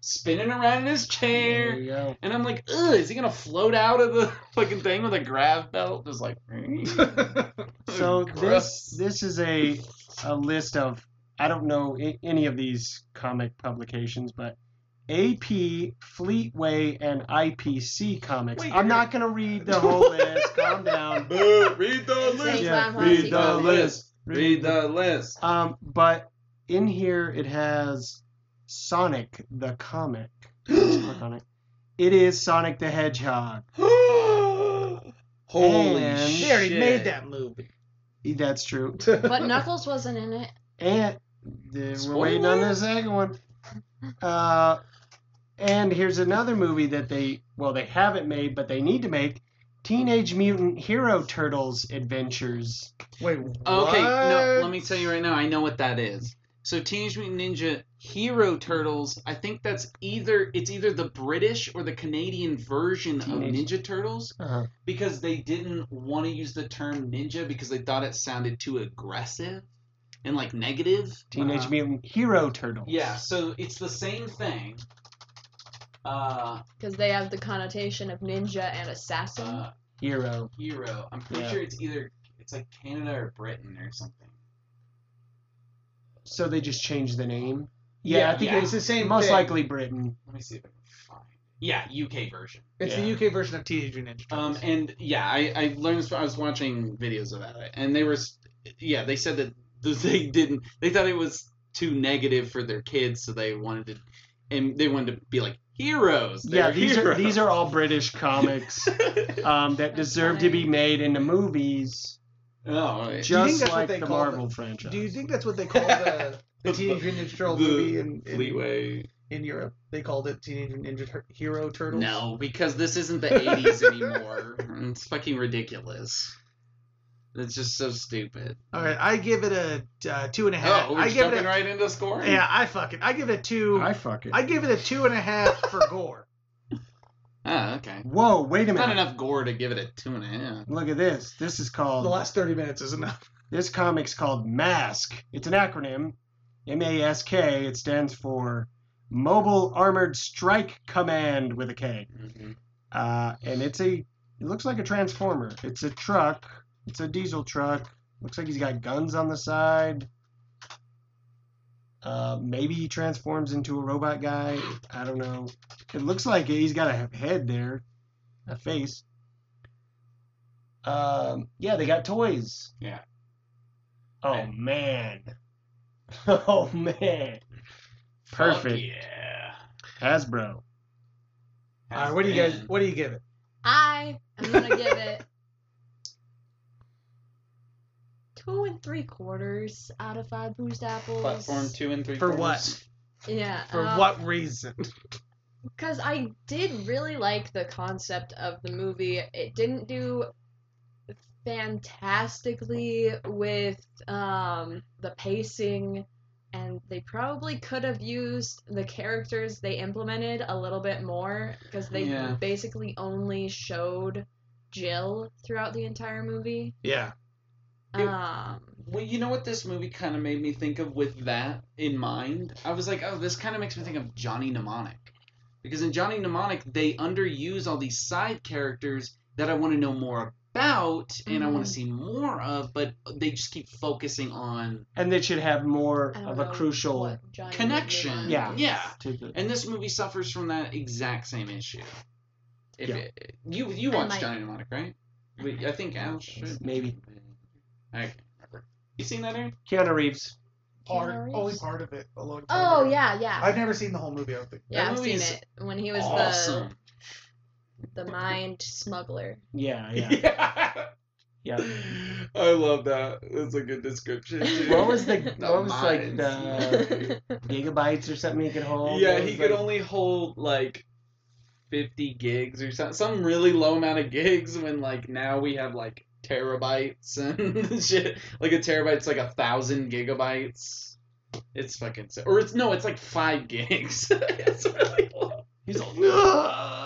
spinning around in his chair.
There you go.
And I'm like, ugh, is he gonna float out of the fucking thing with a grav belt? Just like, "Mm."
So
Oh, Gross.
this this is a a list of I don't know a- any of these comic publications, but AP, Fleetway, and IPC comics.
Wait, you're-
I'm not gonna read the whole list. Calm down.
Boo, read the
It's like
Yeah.
Grand Theft
Read
Auto.
the list. Read the list.
Um, but in here it has Sonic the comic. Let's click on it. It is Sonic the Hedgehog.
Holy
And-
shit.
He already made that movie.
That's true.
But Knuckles wasn't in it.
And the, we're waiting on the second one. Uh, and here's another movie that they well they haven't made but they need to make Teenage Mutant Hero Turtles Adventures.
Wait,
Okay, no,
what?
let me tell you right now, I know what that is. So Teenage Mutant Ninja Hero Turtles, I think that's either it's either the British or the Canadian version
Teenage-
of Ninja Turtles
Uh-huh.
because they didn't want to use the term ninja because they thought it sounded too aggressive and like negative.
Teenage
Uh-huh.
Mutant Hero Turtles.
Yeah, so it's the same thing. Uh,
Because they have the connotation of ninja and assassin.
uh
Hero.
hero. I'm pretty
Yeah.
sure it's either it's like Canada or Britain or something.
So they just changed the name. Yeah, I think
yeah.
it's the same.
most
thing.
likely Britain.
Let me see if I can find. Yeah, UK version.
it's
Yeah.
the UK version of Teenage Mutant Ninja Turtles.
Um, and yeah, I, I learned. this- I was watching videos about it, and they were, s- yeah, they said that th- they didn't. They thought it was too negative for their kids, so they wanted to, and they wanted to be like heroes.
yeah, these are these are all British comics um, that deserve to be made into movies.
Oh, right.
that's
Just
what
like
they
the
call
Marvel
the-
franchise.
Do you think that's what they call the, the Teenage Ninja Turtle
The
movie in, in,
Fleetway.
in Europe? They called it Teenage Ninja Tur- Hero Turtles.
No, because this isn't the 80s anymore. It's fucking ridiculous. It's just so stupid.
All right, I give it a uh, two and a half.
Oh, we're
I give
jumping
it a,
right into scoring.
yeah, I fucking I give it a two.
I fuck it.
I give it a two and a half for gore.
Oh, okay.
Whoa, wait a
Not
minute.
enough gore to give it a two and a half.
Look at this. This is
The
called
last thirty minutes is enough.
This comic's called Mask. It's an acronym, M A S K. It stands for Mobile Armored Strike Command with a K. Uh, and it's a. It looks like a transformer. It's a truck. It's a diesel truck. Looks like he's got guns on the side. Uh, maybe he transforms into a robot guy. I don't know. It looks like he's got a head there, a face. Um, yeah, they got toys.
Yeah.
Oh
Okay.
man. Oh man.
Fuck
Perfect.
yeah.
Hasbro.
All right, what do you guys? What do you give it?
I am gonna give it two and three quarters out of five bruised apples.
Platform two and three.
For what?
quarters.
Yeah.
For
uh,
what reason?
Because I did really like the concept of the movie. It didn't do fantastically with um, the pacing, and they probably could have used the characters they implemented a little bit more because they
Yeah.
basically only showed Jill throughout the entire movie.
Yeah.
It-
Um,
Well, you know what this movie kind of made me think of with that in mind? I was like, oh, this kind of makes me think of Johnny Mnemonic. Because in Johnny Mnemonic, they underuse all these side characters that I want to know more about and
Mm-hmm.
I want
Mhm.
to see more of, but they just keep focusing on
And it should have more
I don't
of a
know
crucial
what Johnny
connection.
Mnemonic
Yeah.
is.
Yeah.
to the
And this movie suffers from that exact same issue. If
Yeah.
it, you you
I
watched
might-
Johnny Mnemonic, right? Wait, I think Al should.
maybe.
I can't remember. You seen that, Aaron?
Keanu Reeves.
Keanu
Part
Reeves?
only part of it. A long time
Oh
ago.
yeah, yeah.
I've never seen the whole movie. I don't think.
Yeah,
That
I've
movie
seen
is
it when he was
awesome.
the the mind smuggler.
Yeah, yeah.
Yeah.
Yeah.
I love that. That's a good description. Too.
What was the
The
what was like
mines.
the gigabytes or something he could hold?
yeah,
It was
he could
like-
only hold like 50 gigs or something, some really low amount of gigs when like now we have like terabytes and shit. Like a terabyte's like a thousand gigabytes. It's fucking so, or it's no, it's like five gigs. it's really low.
He's all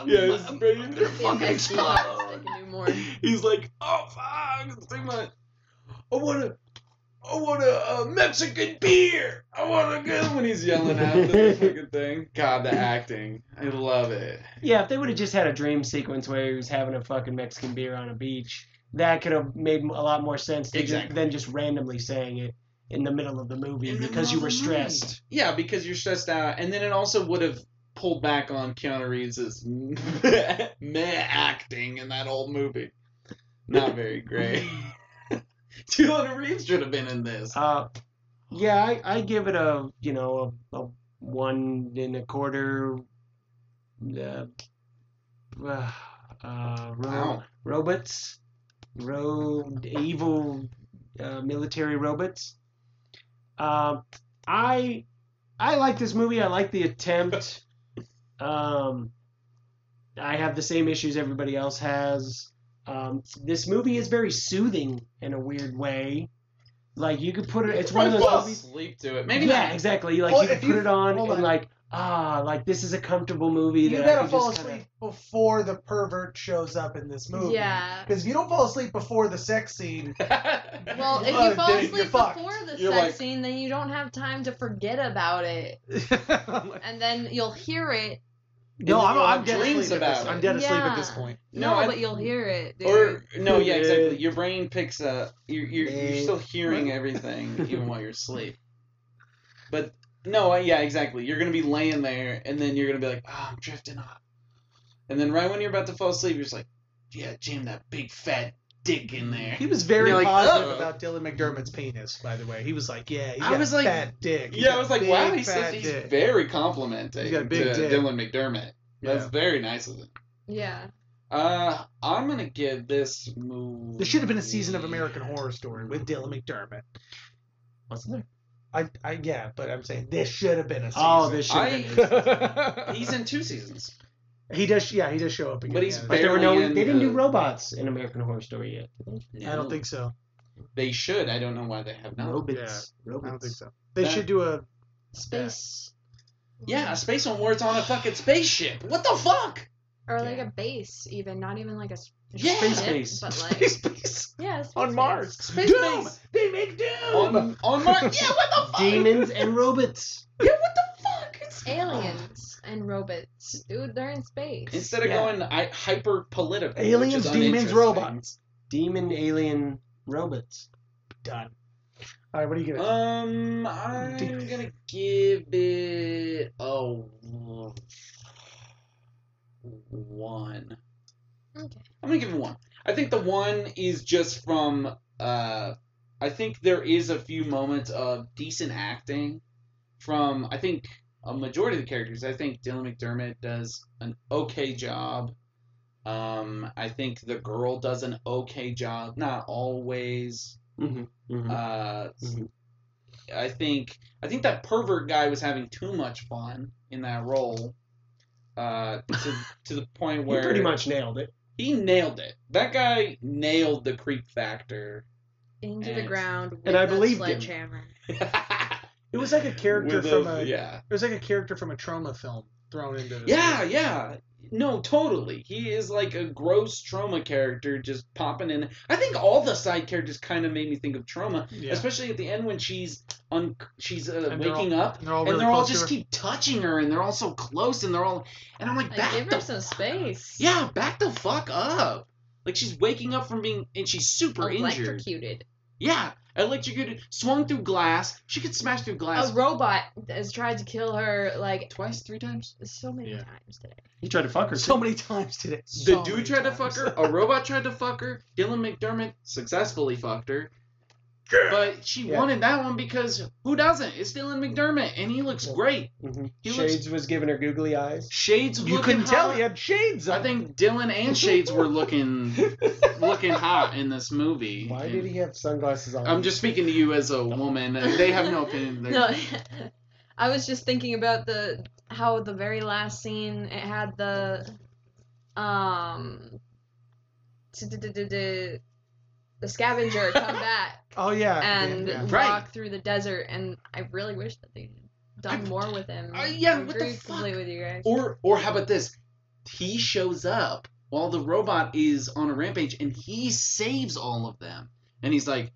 yeah, it's pretty, they're
If I
fucking
could
explode.
do more.
He's like, oh fuck, it's too much. I want a, I want a, uh Mexican beer. I want a good when he's yelling out the fucking thing. God, the acting, I love it.
Yeah, if they would have just had a dream sequence where he was having a fucking Mexican beer on a beach, that could have made a lot more sense to ju-
Exactly.
than just randomly saying it in the middle of the movie
In the
because you
middle
were
of the movie.
stressed.
Yeah, because you're stressed out, and then it also would have pulled back on Keanu Reeves's meh acting in that old movie. Not very great. Keanu Reeves should have been in this.
Uh, yeah, I, I give it a you know a, a one and a quarter. Uh, uh, uh, ro-
Wow.
robots, ro- evil uh, military robots. Um, I I like this movie. I like the attempt. Um, I have the same issues everybody else has. Um, this movie is very soothing in a weird way. Like you could put it. It's one of
I
those
fell
movies.
asleep to it. Maybe
yeah,
not.
exactly. Like
Well,
you could
if
put
you-
it on
hold
and
on.
like ah, like this is a comfortable movie.
You
that I
gotta
could
fall
just
asleep
kinda-
before the pervert shows up in this movie.
Yeah.
Because if you don't fall asleep before the sex scene,
Well, if
Oh,
you fall
dude, you're
asleep
fucked.
before the
You're
sex
like-
scene, then you don't have time to forget about it, and then you'll hear it.
no, I'm, I'm
Your
dead
dreams
asleep at
about
this.
it.
I'm dead asleep at
Yeah.
this point.
No,
No,
I-
but you'll hear it, dude.
Or no, yeah,
Yeah.
exactly. Your brain picks up. You're you're, you're
Yeah.
still hearing everything even while you're asleep. But no, I- yeah, exactly. You're gonna be laying there, and then you're gonna be like, "Oh, I'm drifting off," and then right when you're about to fall asleep, you're just like, "Yeah, jam that big fat dick in there."
He was very
You're like,
positive
"Ugh."
about Dylan McDermott's penis, by the way. He was like, "Yeah, he's
I
got
was
a
like-
fat dick." He's
Yeah,
got
I was
a
like,
big,
"Wow, he's
fat
such, he's
dick."
very complimenting
He's got a big
to
dick.
Dylan McDermott. That's
Yeah.
very nice of him."
yeah.
Uh, I'm gonna give this movie.
There should have been a season of American Horror Story with Dylan McDermott.
Wasn't there?
I, I yeah, but I'm saying this should have been a season.
Oh, this should
I-
have been.
He's in two seasons.
he does yeah he does show up again.
But he's
yeah.
But there were no.
barely in
They didn't do
the-
robots in American Horror Story yet. did they?
I don't think so.
they should. I don't know why they have not.
Robots. Robots.
I don't think so. They
That-
should do a
Space.
Yeah, a space on where it's on a fucking spaceship. What the fuck?
Or like
Yeah.
a base, even not even like a s-
Yeah.
ship,
Space base.
but like
space base
yeah, a space
on
base.
Mars.
Space
Doom!
base.
They make Doom.
On on Mars. Yeah, what the fuck?
Demons and robots.
Yeah, what the fuck? It's
Aliens and robots, dude. They're in space.
Instead of
Yeah.
going I, hyper political.
Aliens, demons, robots.
Demon alien robots.
Done. All right, what are you giving? it?
Um, I'm gonna give it a one.
Okay.
I'm gonna give it one. I think the one is just from. Uh, I think there is a few moments of decent acting from. I think a majority of the characters. I think Dylan McDermott does an okay job. Um, I think the girl does an okay job. Not always.
Mm-hmm. Mm-hmm.
Uh,
Mhm.
I think I think that pervert guy was having too much fun in that role, uh, to, to the point
you
where
pretty much nailed it.
he nailed it. That guy nailed the creep factor.
Into the
And-
ground with
and I
a
believed him.
sledgehammer.
It was like a character
With
from
a-
a
yeah,
it was like a character from a trauma film thrown into this
yeah, yeah. No, totally. He is like a gross trauma character just popping in. I think all the side characters kind of made me think of trauma,
Yeah.
especially at the end when she's un- she's uh,
And they're
waking up
And they're all,
and
really
they're all
close to
just
her.
keep touching her, and they're all so close, and they're all, and I'm like,
Like,
back
give
the,
her some space.
yeah, back the fuck up. Like she's waking up from being, and she's super injured.
Electrocuted.
Yeah, electrocuted, swung through glass. She could smash through
A
glass
robot has tried to kill her like
twice, three times.
so many
Yeah.
times today.
He tried to fuck her.
so many times today.
The
So many
dude tried to
times.
fuck her. A robot tried to fuck her. Dylan McDermott successfully fucked her. But she
Yeah.
wanted that one because who doesn't? It's Dylan McDermott, and he looks
Yeah.
great.
Mhm.
He
Shades
looks-
was giving her googly eyes.
Shades.
You
looking
couldn't tell
hot.
he had shades on.
I think Dylan and Shades were looking looking hot in this movie.
Why did he have sunglasses on?
I'm just speaking to you as a woman. and They have no opinion. They're-
No, I was just thinking about the how the very last scene it had the um t- t- t- t- t- the scavenger come back
Oh yeah.
and
yeah, yeah.
Right.
walk through the desert, and I really wish that they had done
I-
more with him.
Uh, yeah,
I
what the
agree
fuck?
completely with you guys.
Or or how about this? He shows up while the robot is on a rampage, and he saves all of them. And he's like,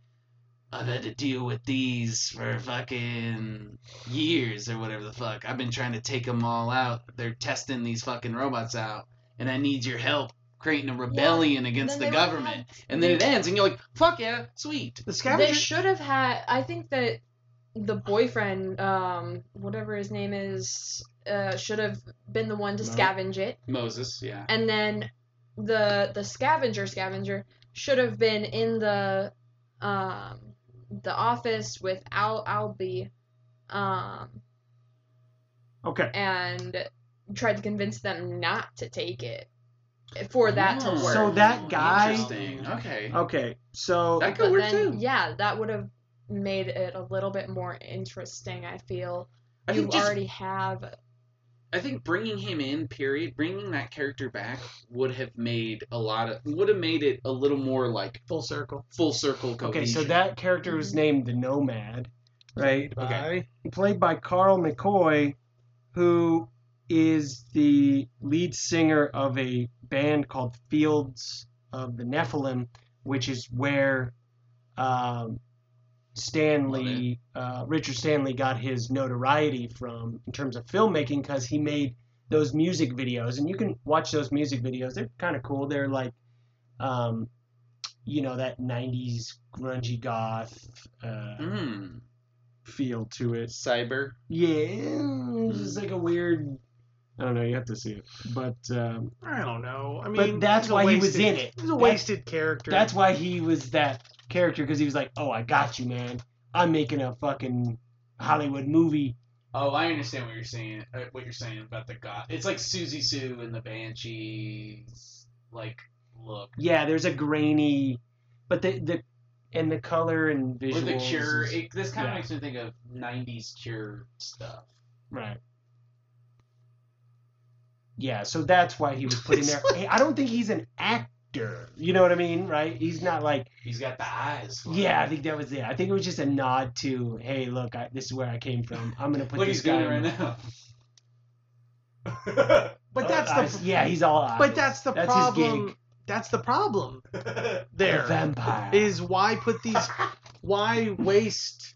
"I've had to deal with these for fucking years or whatever the fuck. I've been trying to take them all out. They're testing these fucking robots out, and I need your help." Creating a rebellion against the
Then they would've
government.
had-
And then it ends, and you're like, fuck yeah, sweet.
The
They
scavenger.
should have had. I think that the boyfriend, um, whatever his name is, uh, should have been the one to
Mo?
scavenge it,
Moses, yeah.
and then the the scavenger scavenger should have been in the um the office with Al Albie, um,
okay.
and tried to convince them not to take it for that to
Oh,
work.
So that guy-
Interesting. Okay.
Okay. So
That could
But
work
then,
too.
yeah, that would have made it a little bit more interesting. I feel
I
you
think just.
already have.
I think bringing him in, period, bringing that character back would have made a lot of. Would have made it a little more like
Full circle.
full circle cohesion.
okay. So that character was named the Nomad, right? Uh,
Bye.
Played by Carl McCoy, who is the lead singer of a band called Fields of the Nephilim, which is where um, Stanley, uh, Richard Stanley, got his notoriety from in terms of filmmaking because he made those music videos, and you can watch those music videos. They're kind of cool. They're like, um, you know, that '90s grungy goth uh,
Mm,
feel to it.
cyber.
Yeah, it's just like a weird. Hmm. I don't know. You have to see it, but um,
I don't know. I mean,
but that's
he's a
why he was
wasted-
in it.
He's a
That-
wasted character.
That's why he was that character because he was like, "Oh, I got you, man. I'm making a fucking Hollywood movie."
Oh, I understand what you're saying. uh, What you're saying about the goth. It's like Susie Sue and the Banshees
like look.
Yeah, there's a grainy, but the the and the color and visuals.
Or the Cure.
is-
It, this kind of
yeah.
makes me think of '90s Cure stuff.
Right. Yeah, so that's why he was put in there. Hey, I don't think he's an actor. You know what I mean, right? He's not like,
He's got the eyes. like-
yeah, I think that was it. I think it was just a nod to, hey, look, I, this is where I came from. I'm gonna put
Look,
this
he's
guy.
doing it right
in my-
now.
But
Oh,
that's
eyes.
the
yeah, he's all eyes.
but that's the
That's his
problem.
gig.
That's the problem.
The
There is
vampire.
why put these why waste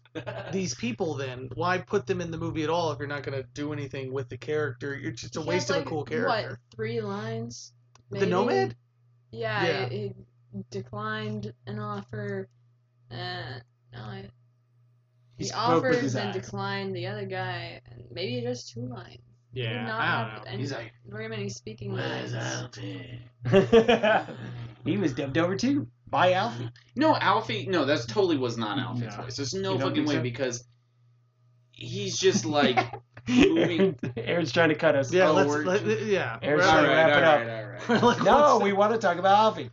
these people then? Why put them in the movie at all if you're not going to do anything with the character? You're just a
He
waste
had,
of
like,
a cool character.
What three lines?
The
maybe?
Nomad?
Yeah,
Yeah.
He, he declined an offer. Uh, no, I,
He's
he
broke with
offers
his
and
eyes.
declined the other guy. And maybe just two lines. He did
yeah,
not
I
have
don't know.
any-
He's like,
very many speaking
"Where's
lines.
Alfie?"
he was dubbed over too by Alfie.
No, Alfie. No, that's totally was not Alfie's
No.
voice. There's no
Mm-hmm. You don't
fucking
think
way
so?
because he's just like. Moving.
Aaron, Aaron's trying to cut us.
Yeah,
Oh,
let's
we're-
let, yeah.
Air
all
We're
Sorry,
right,
out
wrap
all
it up.
right, all right.
of- Like,
No,
let's-
we want to talk about Alfie.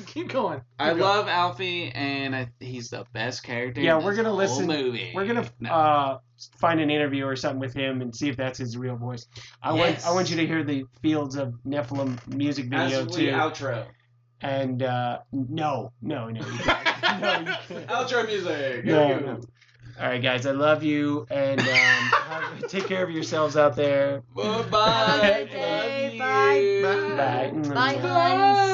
keep going.
I
Keep going.
love Alfie, and I, he's the best character.
Yeah,
in
we're
this
gonna
whole
listen-
Movie.
We're gonna
No.
uh, find an interview or something with him and see if that's his real voice. I
Yes.
want I want you to hear the Fields of Nephilim music video
Absolutely
too.
outro.
and uh, no, no, no. you can't. No, you can't.
Outro music.
No, no. All right, guys, I love you, and um, have- take care of yourselves out there.
Bye-bye.
Have a good day.
Love you.
Bye.
Bye.
Bye, guys.